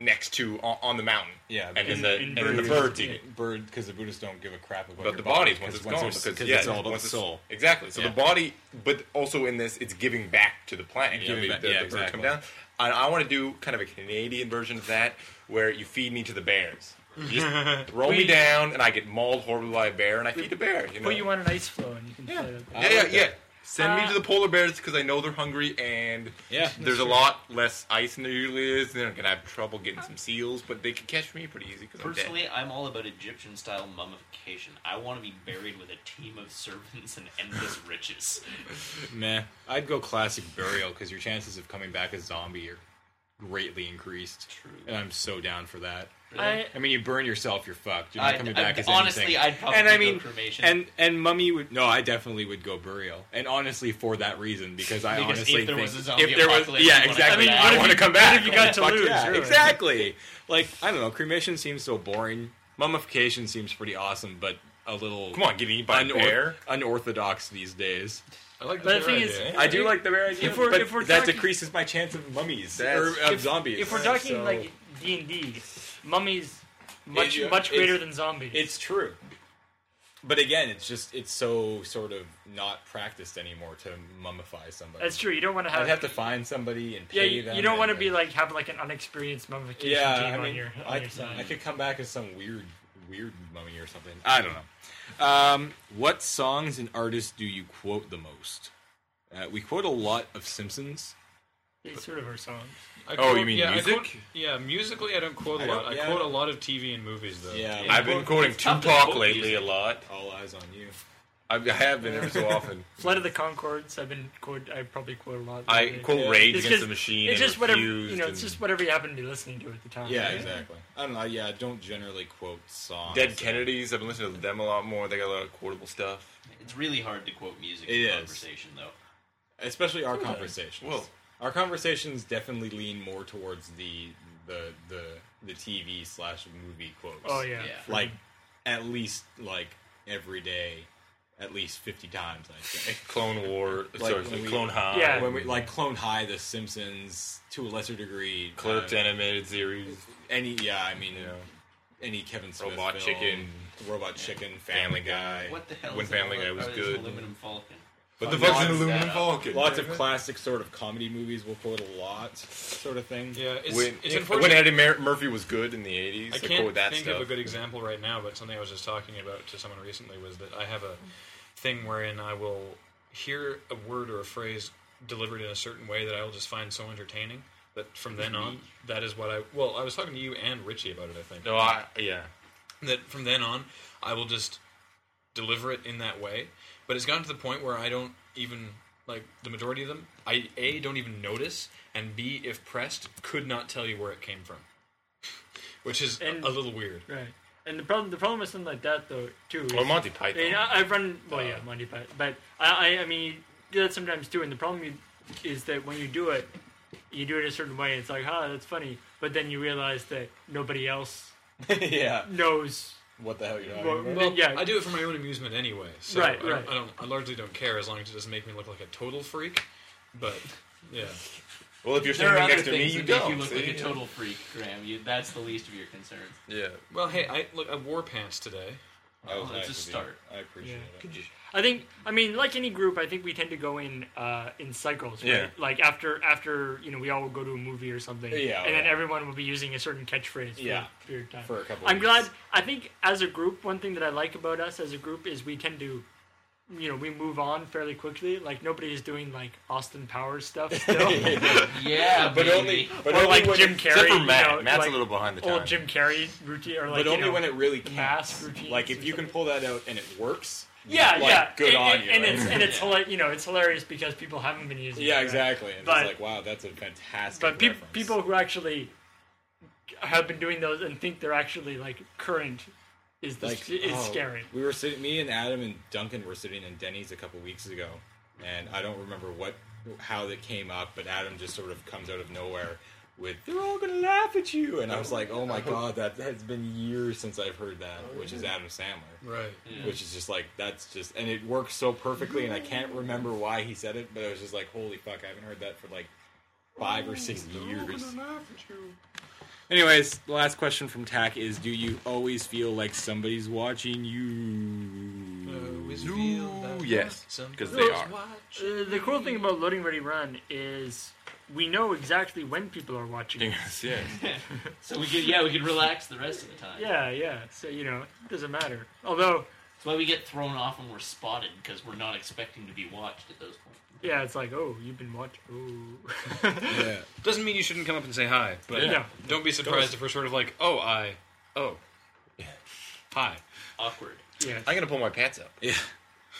next to on, on the mountain. Yeah, and then because- the in and then the Buddhism, birds eat it. Bird, because the Buddhists don't give a crap about But your the bodies body, once it's 'cause gone, it's- because because yeah, it's all about once the it's- soul. Exactly. So Yeah. the body, but also in this, it's giving back to the planet. You know, Giving the- back- the- yeah, the birds exactly. come down. And I want to do kind of a Canadian version of that, where you feed me to the bears. You Just roll me down, and I get mauled horribly by a bear, and I feed the bear. You know. put you on an ice floe and you can yeah, play that. yeah, yeah, like yeah. Send me Uh, to the polar bears because I know they're hungry, and Yeah, there's a lot less ice than there usually is. They're gonna have trouble getting some seals, but they can catch me pretty easy because I'm dead. Personally, I'm all about Egyptian style mummification. I want to be buried with a team of servants and endless riches. Meh. I'd go classic burial because your chances of coming back a zombie are greatly increased. True. And I'm so down for that. I, I mean, you burn yourself, you're fucked. You're not I'd- coming I'd- back as honestly, anything. I'd probably and I go mean, cremation. And and mummy would no, I definitely would go burial. And honestly, for that reason, because I Because if honestly there think was a zombie if there was- apocalypse, yeah, you wanna I exactly. mean, come what back. if want you- to come back. What have you got to Fuck lose? yeah, really? exactly. Like I don't know, cremation seems so boring. Mummification seems pretty awesome, but a little Come on, get eaten by a unor- bear. unorthodox these days. I like But that the thing is, idea. I do like the bear idea, If we're- but if we're that talking- decreases my chance of mummies That's- or of zombies. if we're talking So- like D and D, mummies much It- much it's- greater than zombies. it's true. But again, it's just it's so sort of not practiced anymore to mummify somebody. that's true. You don't want to have. I'd have to find somebody and yeah, pay you, them. you don't want to and- be like have like an unexperienced mummification yeah. team I mean, on your on I, your side. I could come back as some weird weird mummy or something. I don't know. Um, what songs and artists do you quote the most? Uh, we quote a lot of Simpsons. It's sort of our songs. I Oh, you mean yeah, I music? quote- yeah, musically I don't quote I a don't- lot. I yeah, I quote a don't- lot of TV and movies though. Yeah, I've been quoting tough to Tupac quote lately music. a lot. all eyes on you. I I have been every so often. Flood of the Concords. I've been quote. I probably quote a lot. I lately. quote Yeah. Rage It's Against just- the Machine. It's and just whatever Refused you know. It's and just whatever you happen to be listening to at the time. Yeah, exactly. I don't know. Yeah, I don't generally quote songs. Dead Kennedys. I've been listening to them a lot more. They got a lot of quotable stuff. It's really hard to quote music It in is. conversation, though. especially our conversations. Whoa. Our conversations definitely lean more towards the the the the TV slash movie quotes. Oh yeah. Yeah. like at least like every day at least fifty times. I'd say. Clone War, Like sorry, when we- Clone High, Yeah. when we like Clone High, The Simpsons, to a lesser degree, Clerks uh, animated series, any yeah, I mean, Yeah. any Kevin Smith Robot film, Chicken. Robot Chicken, Family Guy, What the hell? When is Family an Guy was is an good. Aluminum Falcon. but the the fuck's an fucking aluminum aluminum Falcon. lots of classic sort of comedy movies. We'll quote a lot, sort of thing. Yeah, it's, when, it's yeah, unfortunate. when Eddie Mur- Murphy was good in the '80s, I they can't quote that think stuff. of a good example right now, but something I was just talking about to someone recently was that I have a thing wherein I will hear a word or a phrase delivered in a certain way that I will just find so entertaining that from then on, that is what I. Well, I was talking to you and Richie about it. I think no, I, yeah, that from then on, I will just deliver it in that way. But it's gotten to the point where I don't even like the majority of them. I a don't even notice, and b if pressed, could not tell you where it came from, which is a- And- a little weird. Right. And the problem, the problem with something like that though, too. Is, or Monty I mean, Python. I, I've run. Well, yeah, Monty Python. But I, I, I mean, you do that sometimes too. And the problem you, is that when you do it, you do it a certain way. It's like, huh, that's funny. But then you realize that nobody else yeah, knows. what the hell you're talking Well, about? Well, yeah. I do it for my own amusement anyway. So Right, I, don't- right. I don't. I largely don't care as long as it doesn't make me look like a total freak. But yeah, well, if you're There are standing other next to things me, that you make don't. you look see? like a total freak, Graham. You, that's the least of your concerns. yeah, well, hey, I look. I wore pants today. That was oh, Well, it's a nice of you. start. I appreciate Yeah. it. I think. I mean, like any group, I think we tend to go in uh, in cycles. Right? Yeah. Like after after you know we all will go to a movie or something. Yeah, And then yeah. everyone will be using a certain catchphrase. For Yeah. A period of time. For a couple I'm weeks. glad. I think as a group, one thing that I like about us as a group is we tend to, you know, we move on fairly quickly. Like nobody is doing like Austin Powers stuff still, Yeah, but baby. only, but Or only like when Jim except Carrey, for you Matt. know, Matt's like, a little behind the time. old Jim Carrey routine, or like but you only know, when it really mass counts. routines Like or if you can something. pull that out and it works. yeah, like, yeah, good and, on and, you, and right? it's and it's hila- you know it's hilarious because people haven't been using it. Yeah, right? exactly. And But- it's like, wow, that's a fantastic. But peop reference. people who actually have been doing those and think they're actually like current is the, like is oh, scary. We were sitting, me and Adam and Duncan were sitting in Denny's a couple weeks ago, and I don't remember what how that came up, but Adam just sort of comes out of nowhere with "They're all gonna laugh at you," and I was like, "Oh my god, that has been years since I've heard that," which is Adam Sandler. Right. Which is just like that's just and it works so perfectly and I can't remember why he said it, but I was just like, holy fuck, I haven't heard that for like five or six years. Anyways, the last question from Tack is: Do you always feel like somebody's watching Uh, you? yes, because they are. Uh, the cool thing about Loading Ready Run is we know exactly when people are watching. Yes, yes. So we could, yeah, we could relax the rest of the time. Yeah, yeah. So you know, it doesn't matter. Although, That's why we get thrown off when we're spotted because we're not expecting to be watched at those points. yeah, it's like, oh, you've been watching. Oh, Yeah. Doesn't mean you shouldn't come up and say hi, but Yeah. don't be surprised if we're sort of like, oh, I, oh, hi. Awkward. yeah. I'm gonna pull my pants up. Yeah.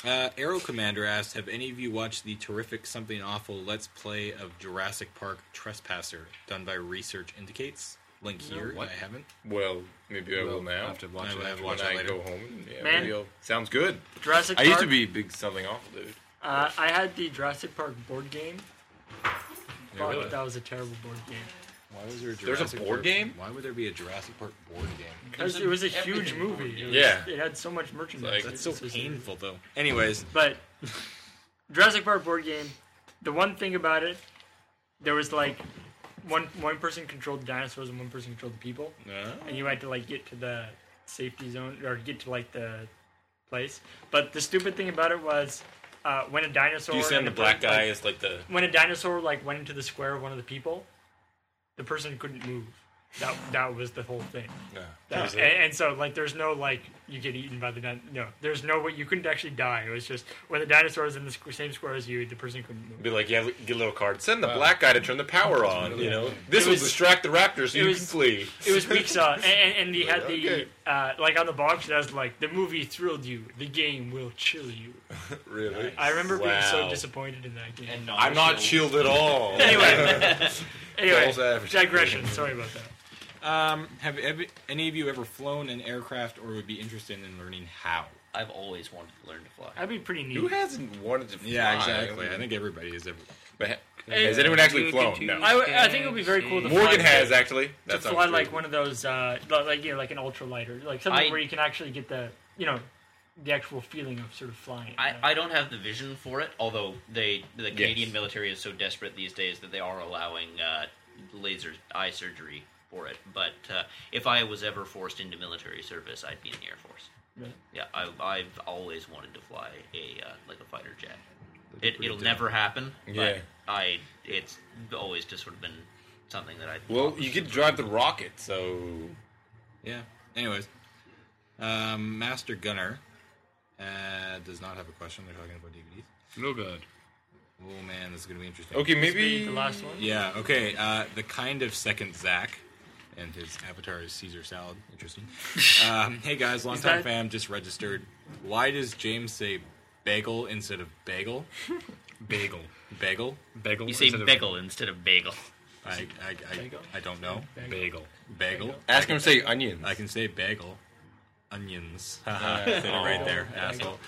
Uh, Arrow Commander asked, "Have any of you watched the terrific Something Awful Let's Play of Jurassic Park Trespasser done by Research Indicates?" Link here. what? I haven't. Well, maybe I will now. I have to watch I it. will have after. to watch when I it later. go home. Yeah, Man. maybe I'll- sounds good. Jurassic. I used to Park- be a big something awful dude. Uh, I had the Jurassic Park board game. Fuck, really? that was a terrible board game. Why was there a There's a Jurassic board Park- game? Why would there be a Jurassic Park board game? Because it was a huge movie. It was- Yeah. it had so much merchandise. Like- That's so It's just- painful, though. Anyways, But Jurassic Park board game, the one thing about it, there was like one one person controlled dinosaurs and one person controlled the people, Oh. and you had to like get to the safety zone or get to like the place. But the stupid thing about it was uh, when a dinosaur Do you and send the a black per- like, guy as like the? when a dinosaur like went into the square of one of the people, the person couldn't move. That that was the whole thing. That was- and, and so like there's no like you get eaten by the din- no there's no way you couldn't actually die. It was just when the dinosaur was in the squ- same square as you, the person couldn't move. Be like, yeah, get a little card. Send the black guy to turn the power on. You know, this It will was- distract the raptors so it you was- can flee. It was weak sauce, and, and, and he had the Okay. uh, like on the box it has like the movie thrilled you, the game will chill you. Really? I remember being so Wow. disappointed in that game. And not I'm not chill. chilled at all. anyway, False anyway, advertising. digression. Sorry about that. um, have ev- any of you ever flown an aircraft or would be interested in learning how? I've always wanted to learn to fly. That'd be pretty neat. Who hasn't wanted to? Fly? Yeah, exactly. I think everybody is ever. But ha- has anyone actually flown? No. I, w- I think it would be very cool. To Morgan fly- has actually. to That's not fly true. like one of those, uh, li- like you know, like an ultralighter, like something I- where you can actually get the, you know, the actual feeling of sort of flying. you I, know? I don't have the vision for it, although they the Canadian Yes. military is so desperate these days that they are allowing uh, laser eye surgery for it. But uh, if I was ever forced into military service, I'd be in the Air Force. Really? Yeah, I, I've always wanted to fly a uh, like a fighter jet. It, it'll never happen. But Yeah. I it's always just sort of been something that I Well, you could drive the rocket, so Yeah. Anyways, um, Master Gunner uh, does not have a question. They're talking about DVDs. No good. Oh man, this is gonna be interesting. okay, Maybe maybe the last one. Yeah. Okay. Uh, the kind of second Zach, and his avatar is Caesar salad. Interesting. um, hey guys, long time that- fam, just registered. Why does James say bagel instead of bagel? Bagel. Bagel. Bagel. You say instead of- bagel instead of bagel. I I, I, Bagel? I don't know. Bagel. Bagel. ask him to say onions. I can say bagel. Onions. Haha, Said it right there, asshole.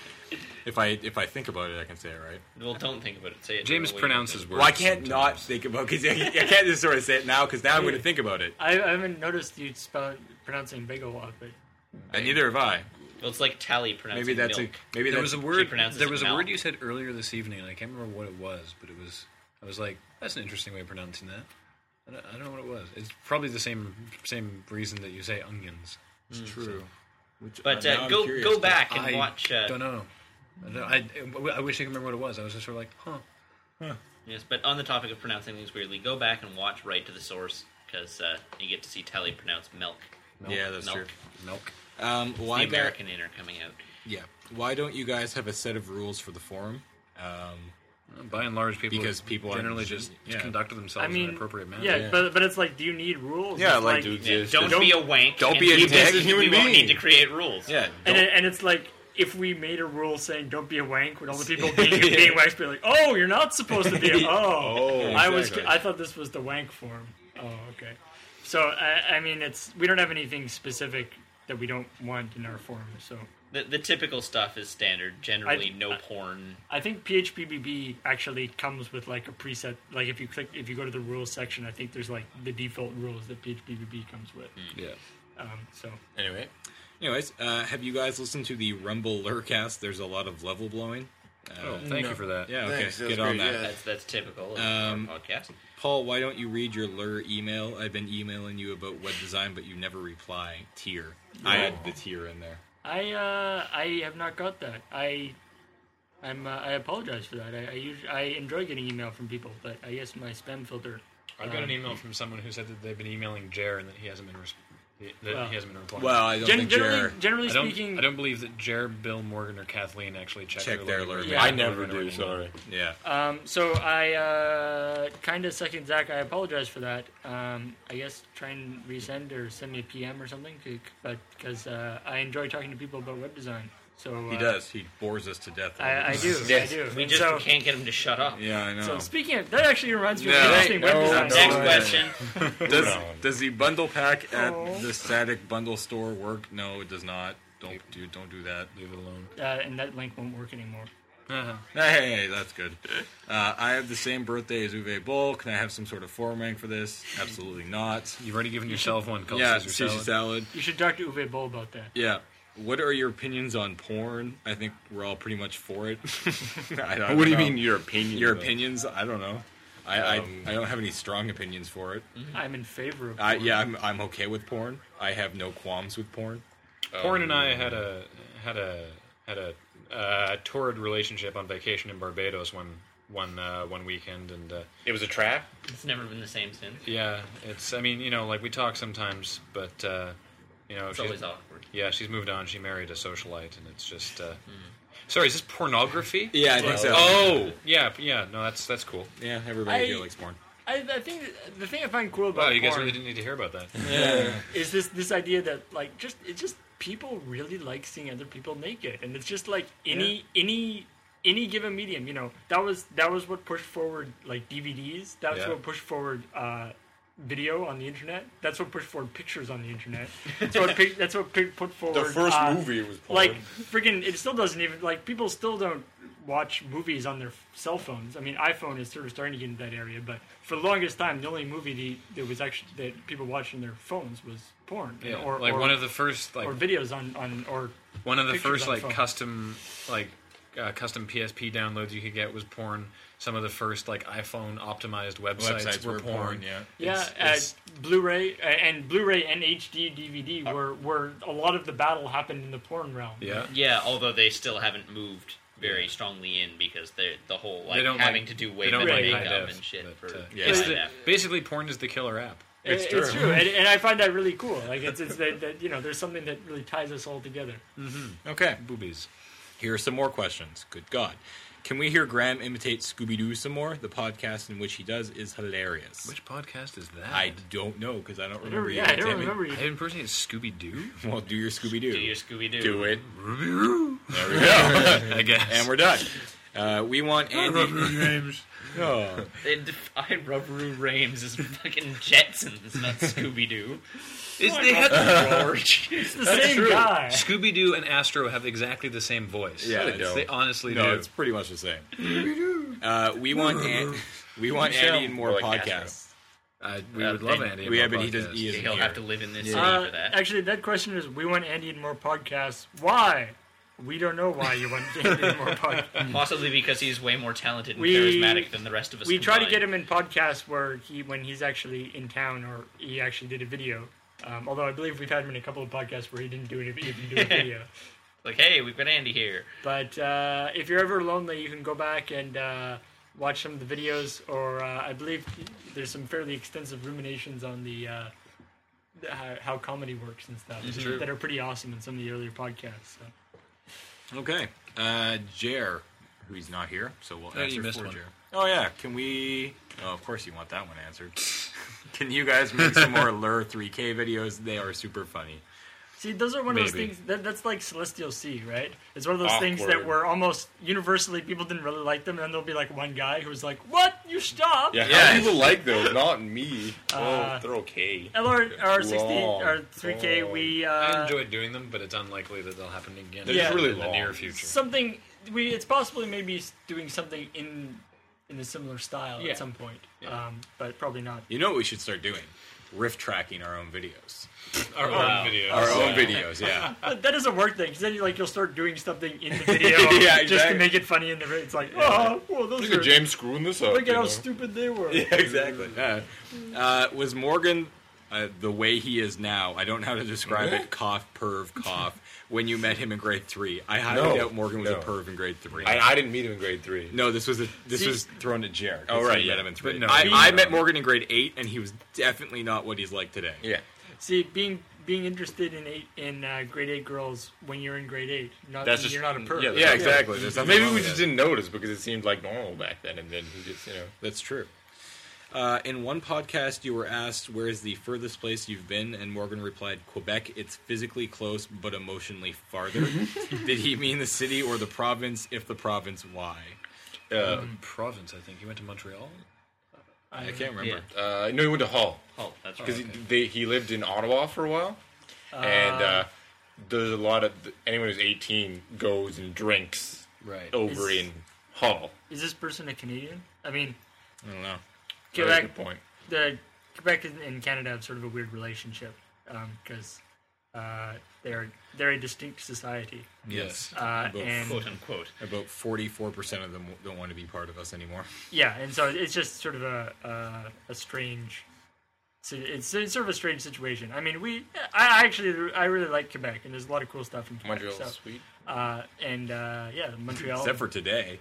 If I if I think about it, I can say it right. Well, don't think about it. Say it. James Wait. pronounces words. Well, I can't sometimes. not think about because I, I can't just sort of say it now because now I'm going to think about it, I, I haven't noticed you spell, pronouncing bagel up, but and neither have I. Well, it's like Tally pronouncing Maybe that's a milk. maybe There that's was a word. pronounces There it was a Mal. word you said earlier this evening, and I can't remember what it was, but it was. I was like, "That's an interesting way of pronouncing that." I don't, I don't know what it was. It's probably the same same reason that you say onions. true. But uh, go go back and I watch. Uh, Don't know. I, don't- I, I wish I could remember what it was. I was just sort of like, "Huh." Yes, but on the topic of pronouncing things weirdly, go back and watch Right to the Source because uh, you get to see Tally pronounce milk. Yeah, that's milk. true. Milk. Um, The why don't- American in her coming out. Yeah. Why don't you guys have a set of rules for the forum? Um, By and large, people Because people are generally gen- just yeah. conduct themselves I mean, in an appropriate manner. yeah, Yeah. But but it's like, do you need rules? yeah, I It's like to Yeah, exist. don't, be a wank. don't and be a keep dick this- We human won't being. need to create rules. yeah. and, don't- it, and it's like if we made a rule saying don't be a wank, would all the people being, being wanks be like, oh, you're not supposed to be? A, oh, Oh, I was, exactly. I thought this was the wank form. Oh, okay. So I, I mean, it's we don't have anything specific that we don't want in our forum. So The, the typical stuff is standard. Generally, I- no porn. I think PHPBB actually comes with like a preset. Like if you click, if you go to the rules section, I think there's like the default rules that PHPBB comes with. Hmm. yeah. Um, so Anyway. Anyways, uh, have you guys listened to the Rumble Lurcast? There's a lot of level blowing. Oh, thank you for that. Yeah. Okay. Thanks, that was get on great, that. yeah. That's that's typical of Um, our podcast. Paul, why don't you read your lure email? I've been emailing you about web design, but you never reply. Tier. I had the tier in there. I uh, I have not got that. I I'm uh, I apologize for that. I I, usually, I enjoy getting email from people, but I guess my spam filter. I got an email from someone who said that they've been emailing Jer and that he hasn't been res- that Well. he hasn't been replying. Well, I don't Gen- think generally, you're. generally I don't, speaking, I don't believe that Jer, Bill, Morgan, or Kathleen actually check, Check their alert. emails. Yeah. I Never really know. Yeah. Um, so I uh, kind of second Zach. I apologize for that. Um, I guess try and resend or send me a PM or something, c- but because uh, I enjoy talking to people about web design. So uh, He does. He bores us to death. all I, I the do. time. I do. We And just so, can't get him to shut up. Yeah, I know. so speaking of that, actually reminds me of No. an interesting No, web design. Uh, Next no. question. does No. does the bundle pack at Oh. the static bundle store work? No, it does not. Don't do don't do that. Leave it alone. Uh, and that link won't work anymore. Hey, hey, hey, that's good. Uh, I have the same birthday as Uwe Boll. Can I have some sort of form rank for this? Absolutely not. You've already given yourself one. Called Yeah, Caesar sushi salad. salad. You should talk to Uwe Boll about that. Yeah. What are your opinions on porn? I think we're all pretty much for it. I don't What do you know. mean your opinion? Your though? opinions? I don't know. I, Um, I I don't have any strong opinions for it. I'm in favor of. I, yeah, I'm I'm okay with porn. I have no qualms with porn. Porn and Oh. I had a had a had a uh, torrid relationship on vacation in Barbados one one uh, one weekend, and uh, It was a trap. It's never been the same since. yeah, it's. I mean, you know, like we talk sometimes, but uh, you know, It's she's- always awkward. yeah, she's moved on. She married a socialite, and it's just. Uh, Sorry, is this pornography? Hmm. Yeah, I think so. Oh, yeah, yeah. No, that's that's cool. Yeah, everybody I- here likes porn. I, I think th- the thing I find cool about Wow, you guys porn really didn't need to hear about that. is this this idea that like just it's just people really like seeing other people naked, and it's just like any any any given medium. You know, that was that was what pushed forward like DVDs. That's Yeah. what pushed forward. Uh, Video on the internet. That's what pushed forward pictures on the internet. That's what pic- that's what pic- put forward The first uh, movie was porn. like freaking it still doesn't even like people still don't watch movies on their cell phones i mean iphone is sort of starting to get into that area but for the longest time the only movie the, that was actually that people watched on their phones was porn Yeah, or, like or- one of the first like or videos on, on or One of the pictures on first the like phone. custom like uh, custom PSP downloads you could get was porn. Some of the first like iPhone optimized websites, Websites were, were porn. porn, yeah. Yeah, It's- it's- Uh, uh, Blu-ray uh, and Blu-ray and HD DVD were were a lot of the battle happened in the porn realm. yeah. Yeah, although they still haven't moved very strongly in because they the whole like They don't having like- to do they way don't better like high makeup def, and shit but, for uh, yeah. It's high the- def. basically, porn is the killer app. It's, It's it's true. true, and, and I find that really cool. Like it's, it's that, that you know there's something that really ties us all together. Okay. Boobies. Here are some more questions. Good God. Can we hear Graham imitate Scooby Doo some more? The podcast in which he does is hilarious. Which podcast is that? I don't know because I don't I don't- remember. you yeah, I imitating don't me. remember. I you- impersonated Scooby Doo. Well, do your Scooby Do Doo. your Scooby Doo. Do it. There we go. I guess. And we're done. Uh, we want Andy. James. Oh. It, I Rubberoo Rames is fucking Jetsons, not Scooby Doo. Is they had George. It's the same guy. Scooby Doo and Astro have exactly the same voice. Yeah, they It's- don't. they honestly do. No, it's pretty much the same. Uh, we want An- we want Andy in more Or like podcasts. I, we Uh, would love then- Andy. We on have, the but he does. podcast. He isn't He'll here. have to live in this Uh, city for that. Actually, that question is: We want Andy in more podcasts. Why? We don't know why you want Andy in more podcasts. Possibly because he's way more talented and We- charismatic than the rest of us. We try to get combined. him in podcasts where he, when he's actually in town or he actually did a video. Um, although I believe we've had him in a couple of podcasts where he didn't do any, even do a video. like, hey, we've got Andy here. But uh, if you're ever lonely, you can go back and uh, watch some of the videos, or uh, I believe there's some fairly extensive ruminations on the uh, the- how, how comedy works and stuff that are pretty awesome in some of the earlier podcasts. So. Okay. Uh, Jer, who's not here, so we'll Oh, you answer missed for one. Jer. Oh yeah, can we? Oh, of course you want that one answered. can you guys make some more Lure 3K videos? They are super funny. See, those are one of Maybe. those things that, that's like Celestial Sea, right? It's one of those things that Awkward. were almost universally people didn't really like them, and then there'll be like one guy who's like, "What? You stopped?" Yeah, Yeah. how do people like those? Not me. Uh, oh, they're okay. LR R sixteen Long. or three K. Long. We uh, I enjoyed doing them, but it's unlikely that they'll happen again. They're Yeah. really in the long. near future. something we it's possibly maybe s- doing something in in a similar style Yeah. at some point Yeah. um, but probably not You know what we should start doing? Riff tracking our own videos. Our own videos. Our own videos, Oh, yeah. but that doesn't work then because then you like you'll start doing something in the video Yeah, just to exactly. make it funny in the video it's like oh well those Look at are James screwing this up. look you at how know. stupid they were Yeah, exactly. Uh, uh, was Morgan uh, the way he is now? I don't know how to describe it. Cough, perv, cough. When you met him in grade three, I highly No, doubt Morgan was a no. perv in grade three. I, I didn't meet him in grade three. no, this was a, this See- was thrown at Jared. Oh, right, yeah. met him in three. But no, I, he- I met Morgan in grade eight, and he was definitely not what he's like today. Yeah. see being being interested in eight in uh, grade eight girls when you're in grade eight not That's just- you're not a perv Yeah, exactly. There's nothing Maybe we just didn't notice because it seemed like normal back then, and then he just, you know. That's true. Uh, in one podcast, you were asked, "Where is the furthest place you've been?" And Morgan replied, "Quebec. It's physically close, but emotionally farther." Did he mean the city or the province? If the province, why? Uh, province, I think. You went to Montreal? I can't remember. uh, no, he went to Hull Oh, that's right. because he, they- he lived in Ottawa for a while, and uh, there's a lot of anyone who's 18 goes and drinks Right. over Is- in Hull. is this person a Canadian I mean I don't know. That's a Quebec good point. the Quebec and- and Canada have sort of a weird relationship because uh, they're they're a distinct society, Yes. uh, Both. and quote unquote. About forty-four percent of them don't want to be part of us anymore. yeah, and so it's just sort of a a, a strange. si- It's, it's sort of a strange situation. I mean, we I I actually I really like Quebec, and there's a lot of cool stuff in Quebec. Montreal's so, sweet. uh, and uh, yeah, Montreal. Except for today,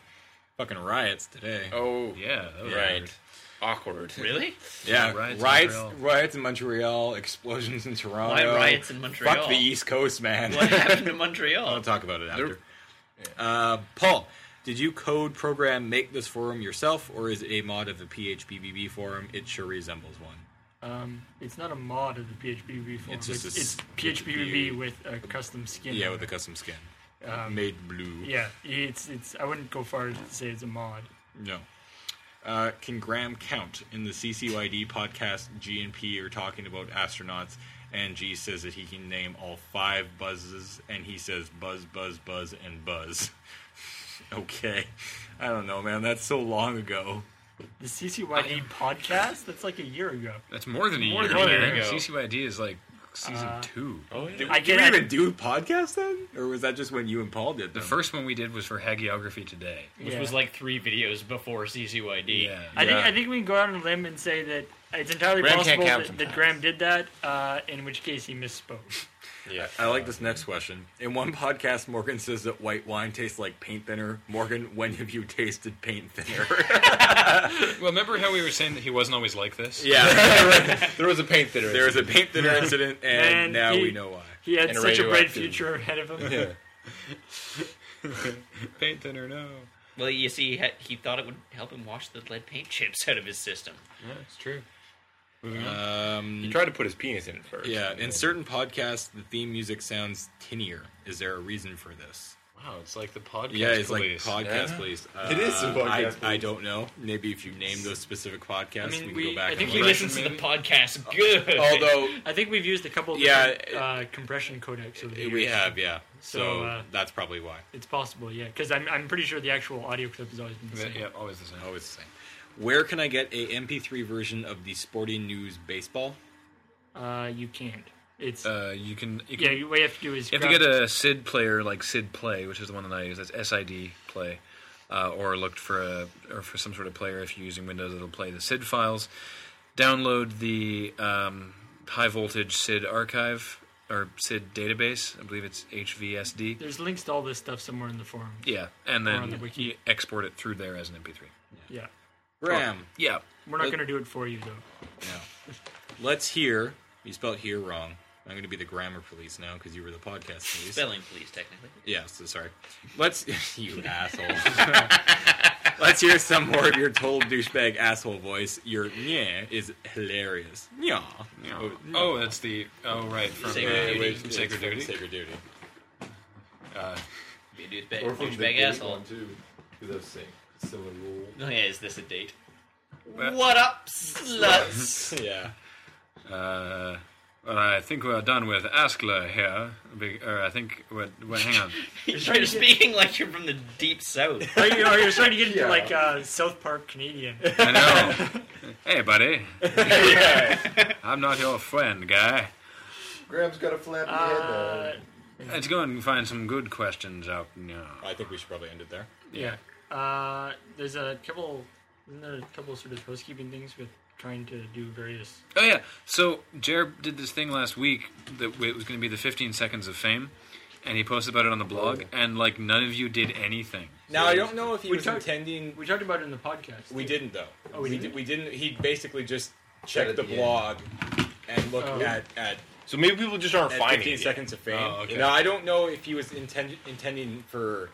fucking riots today. Oh, Yeah. that was right. weird. Awkward. Really? yeah, riots riots, in Montreal. riots, in Montreal, explosions in Toronto, Why riots in Montreal? Fuck the East Coast, man. What happened to I'll Montreal? talk about it after. Uh, Paul, did you code program make this forum yourself, or is it a mod of the PHBBB forum? It sure resembles one. um, it's not a mod of the PHPVB form. It's It's, just it's, a s- PHPVB with a custom skin. Yeah, on with it. a custom skin, Um, made blue. yeah. It's it's. I wouldn't go far as to say it's a mod. No. Uh, can Graham count in the CCYD podcast? G and P are talking about astronauts, and G says that he can name all five buzzes, and he says buzz, buzz, buzz, and buzz. okay, I don't know, man. That's so long ago. The CCYD E podcast? That's like a year ago. That's more than a More year than a ago. year ago. CCYD is like Season Uh, two. Oh yeah. Did, I did we can't- even do podcasts then, or was that just when you and Paul did The them? first one we did was for hagiography today. which Yeah. was like three videos before CCYD. Yeah. I think Yeah. I think we can go out on a limb and say that it's entirely Graham can't possible count that, that Graham did that, uh, in which case he misspoke. yeah. I like this next question. In one podcast, Morgan says that white wine tastes like paint thinner. Morgan, when have you tasted paint thinner? Well, remember how we were saying that he wasn't always like this? yeah. there was a paint thinner. there was a paint thinner incident, and And now he- we know why. He had And such a bright radioactive. future ahead of him. Paint thinner, no. Well, you see, he, had, he thought it would help him wash the lead paint chips out of his system. Yeah, it's true. He Um, tried to put his penis in it first. yeah, in certain podcasts, the theme music sounds tinnier. Is there a reason for this? Wow, it's like the podcast. Yeah, it's police. like podcast, Yeah. please. Uh, It is a podcast I, police. I don't know. Maybe if you name those specific podcasts, I mean, we can we- go back. I think and we look. listen- Listen to the podcast. Good. Although I think we've used a couple of Yeah, different, uh, compression codecs over the years. we have, yeah. So, So, uh, that's probably why. It's possible, yeah, because I'm, I'm pretty sure the actual audio clip has always been the Yeah, same. yeah, always the same. Always the same. Where can I get a MP3 version of the Sporting News Baseball? Uh, you can't. It's Uh, you can, you yeah. can You, what you have to do is You have to grab- get a SID player like SID Play, which is the one that I use. That's SID Play, uh, or looked for a or for some sort of player if you're using Windows, it'll play the SID files. Download the um, high voltage SID archive or SID database. I believe it's HVSD. There's links to all this stuff somewhere in the forum. Yeah, and on then the wiki. you export it through there as an MP3. Yeah, Graham, Yeah, we're not Let- going to do it for you though. let's hear. You spelled here wrong. I'm going to be the grammar police now because you were the podcast police. Spelling, please, technically. Yeah, so sorry. Let's you asshole. Let's hear some more of your total douchebag asshole voice. Your yeah is hilarious. Yeah. Oh, Oh, that's the oh right from Sacred uh, Duty. wait, from Sacred from Duty. Sacred duty. Uh, You do big, douchebag asshole. too. Because I was saying similar rule. Oh, yeah, is this a date? Well- What up, sluts? Yeah. Uh, well, I think we're done with Askler here. Be- Or I think we're, well, hang on. you're speaking like you're from the deep south. Are you are you trying to get into like uh, South Park Canadian? I know. hey, buddy. I'm not your friend, guy. Graham's got a flappy Uh, head. Let's go and find some good questions out now. I think we should probably end it there. yeah. Uh, there's a couple. Isn't there a couple sort of housekeeping things with trying to do various? Oh yeah. So Jared did this thing last week that w- it was going to be the 15 seconds of fame, and he posted about it on the blog, and like none of you did anything. Now I don't know if he We was talked- intending. We talked about it in the podcast. We didn't though. Oh, we we, didn't? did, we didn't. He basically just Said checked at the the end. blog and looked Oh. at at, So maybe people just aren't at finding 15 it. seconds of fame. Oh, okay. Now I don't know if he was intend, intending for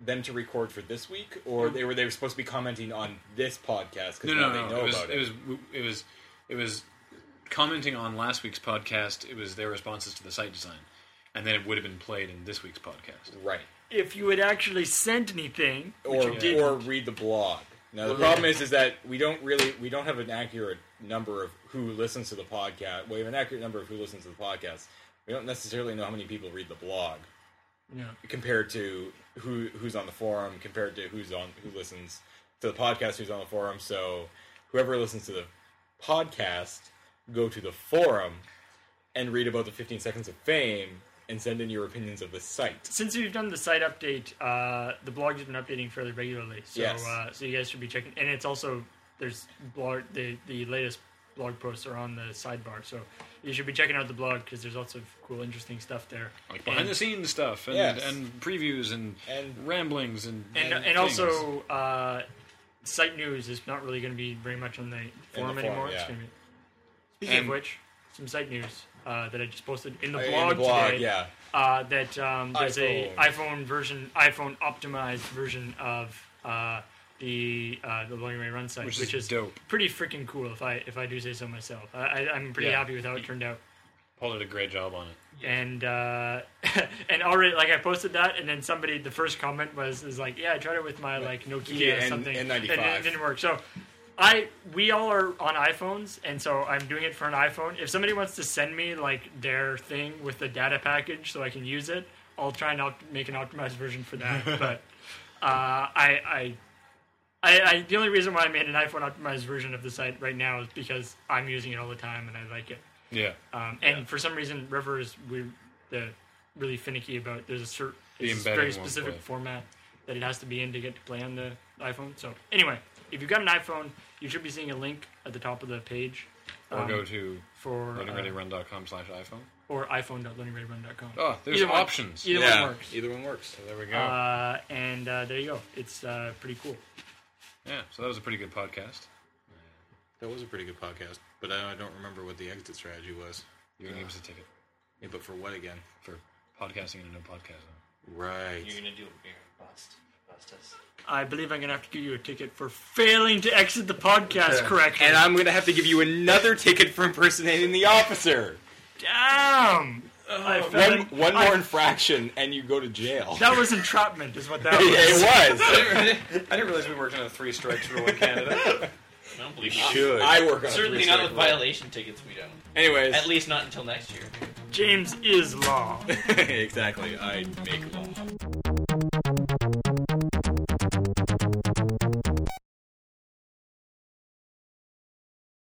them to record for this week, or they were they were supposed to be commenting on this podcast No, because no, now they no. know It was, about it was, it was, it was commenting on last week's podcast. It was their responses to the site design, and then it would have been played in this week's podcast. right. If you had actually sent anything, which or you did, or read the blog. Now the problem is is that we don't really we don't have an accurate number of who listens to the podcast. We have an accurate number of who listens to the podcast. We don't necessarily know how many people read the blog yeah. compared to who who's on the forum compared to who's on who listens to the podcast who's on the forum. So whoever listens to the podcast go to the forum and read about the 15 seconds of fame and send in your opinions of the site. Since we've done the site update, uh, the blog has been updating fairly regularly. So, Yes. uh, so you guys should be checking. And it's also there's blog the the latest blog posts are on the sidebar. So you should be checking out the blog because there's lots of cool, interesting stuff there. Like behind the scenes stuff and, Yes. and previews and, And- ramblings and and and, things. also uh, site news is not really going to be very much on the forum forum, anymore. It's yeah. gonna be... Speaking And- of which, some site news uh, that I just posted in the In blog, the blog, today. yeah. uh, that um, there's iPhone. a iPhone version, iPhone optimized version of uh, the uh, the Lonely Ray Run site, Which which, is is dope. pretty freaking cool. If I if I do say so myself, I, I, I'm pretty Yeah. happy with how it turned out. Paul did a great job on it. And uh, and already like I posted that, and then somebody the first comment was is like, yeah, I tried it with my like Nokia Yeah, and- something, and it- it 95. didn't work. So. I we all are on iPhones, and so I'm doing it for an iPhone. If somebody wants to send me like their thing with the data package so I can use it, I'll try and opt- make an optimized version for that. but uh, I, I, I, I, the only reason why I made an iPhone optimized version of the site right now is because I'm using it all the time and I like it. Yeah. Um, and for some reason, River is we the really finicky about. There's a certain The embedding very won't specific play. format that it has to be in to get to play on the iPhone. So anyway, if you've got an iPhone, you should be seeing a link at the top of the page. Or um, go to for uh, learningreadyrun.com slash iPhone. or iPhone.learningreadyrun.com. Oh, there's Either one- options. either yeah, one works. either one works. So there we go. Uh, and uh, there you go. It's uh, pretty cool. yeah, so that was a pretty good podcast. That was a pretty good podcast, but I, I don't remember what the exit strategy was. You're going to give us a ticket Yeah, but for what again? for podcasting and no podcasting. Right. You're gonna do a beer bust. Bust us. I believe I'm gonna have to give you a ticket for failing to exit the podcast correctly. And I'm gonna have to give you another ticket for impersonating the officer. damn. I fell One, in- one I- more infraction, and you go to jail. That was entrapment, is what that Yeah, was. it I didn't realize we worked on a three strikes rule in Canada. I don't believe was. it. Should I work on Certainly a not three-strike with violation tickets. We don't. rule. Anyways, At least not until next year. James is law. exactly. I make law.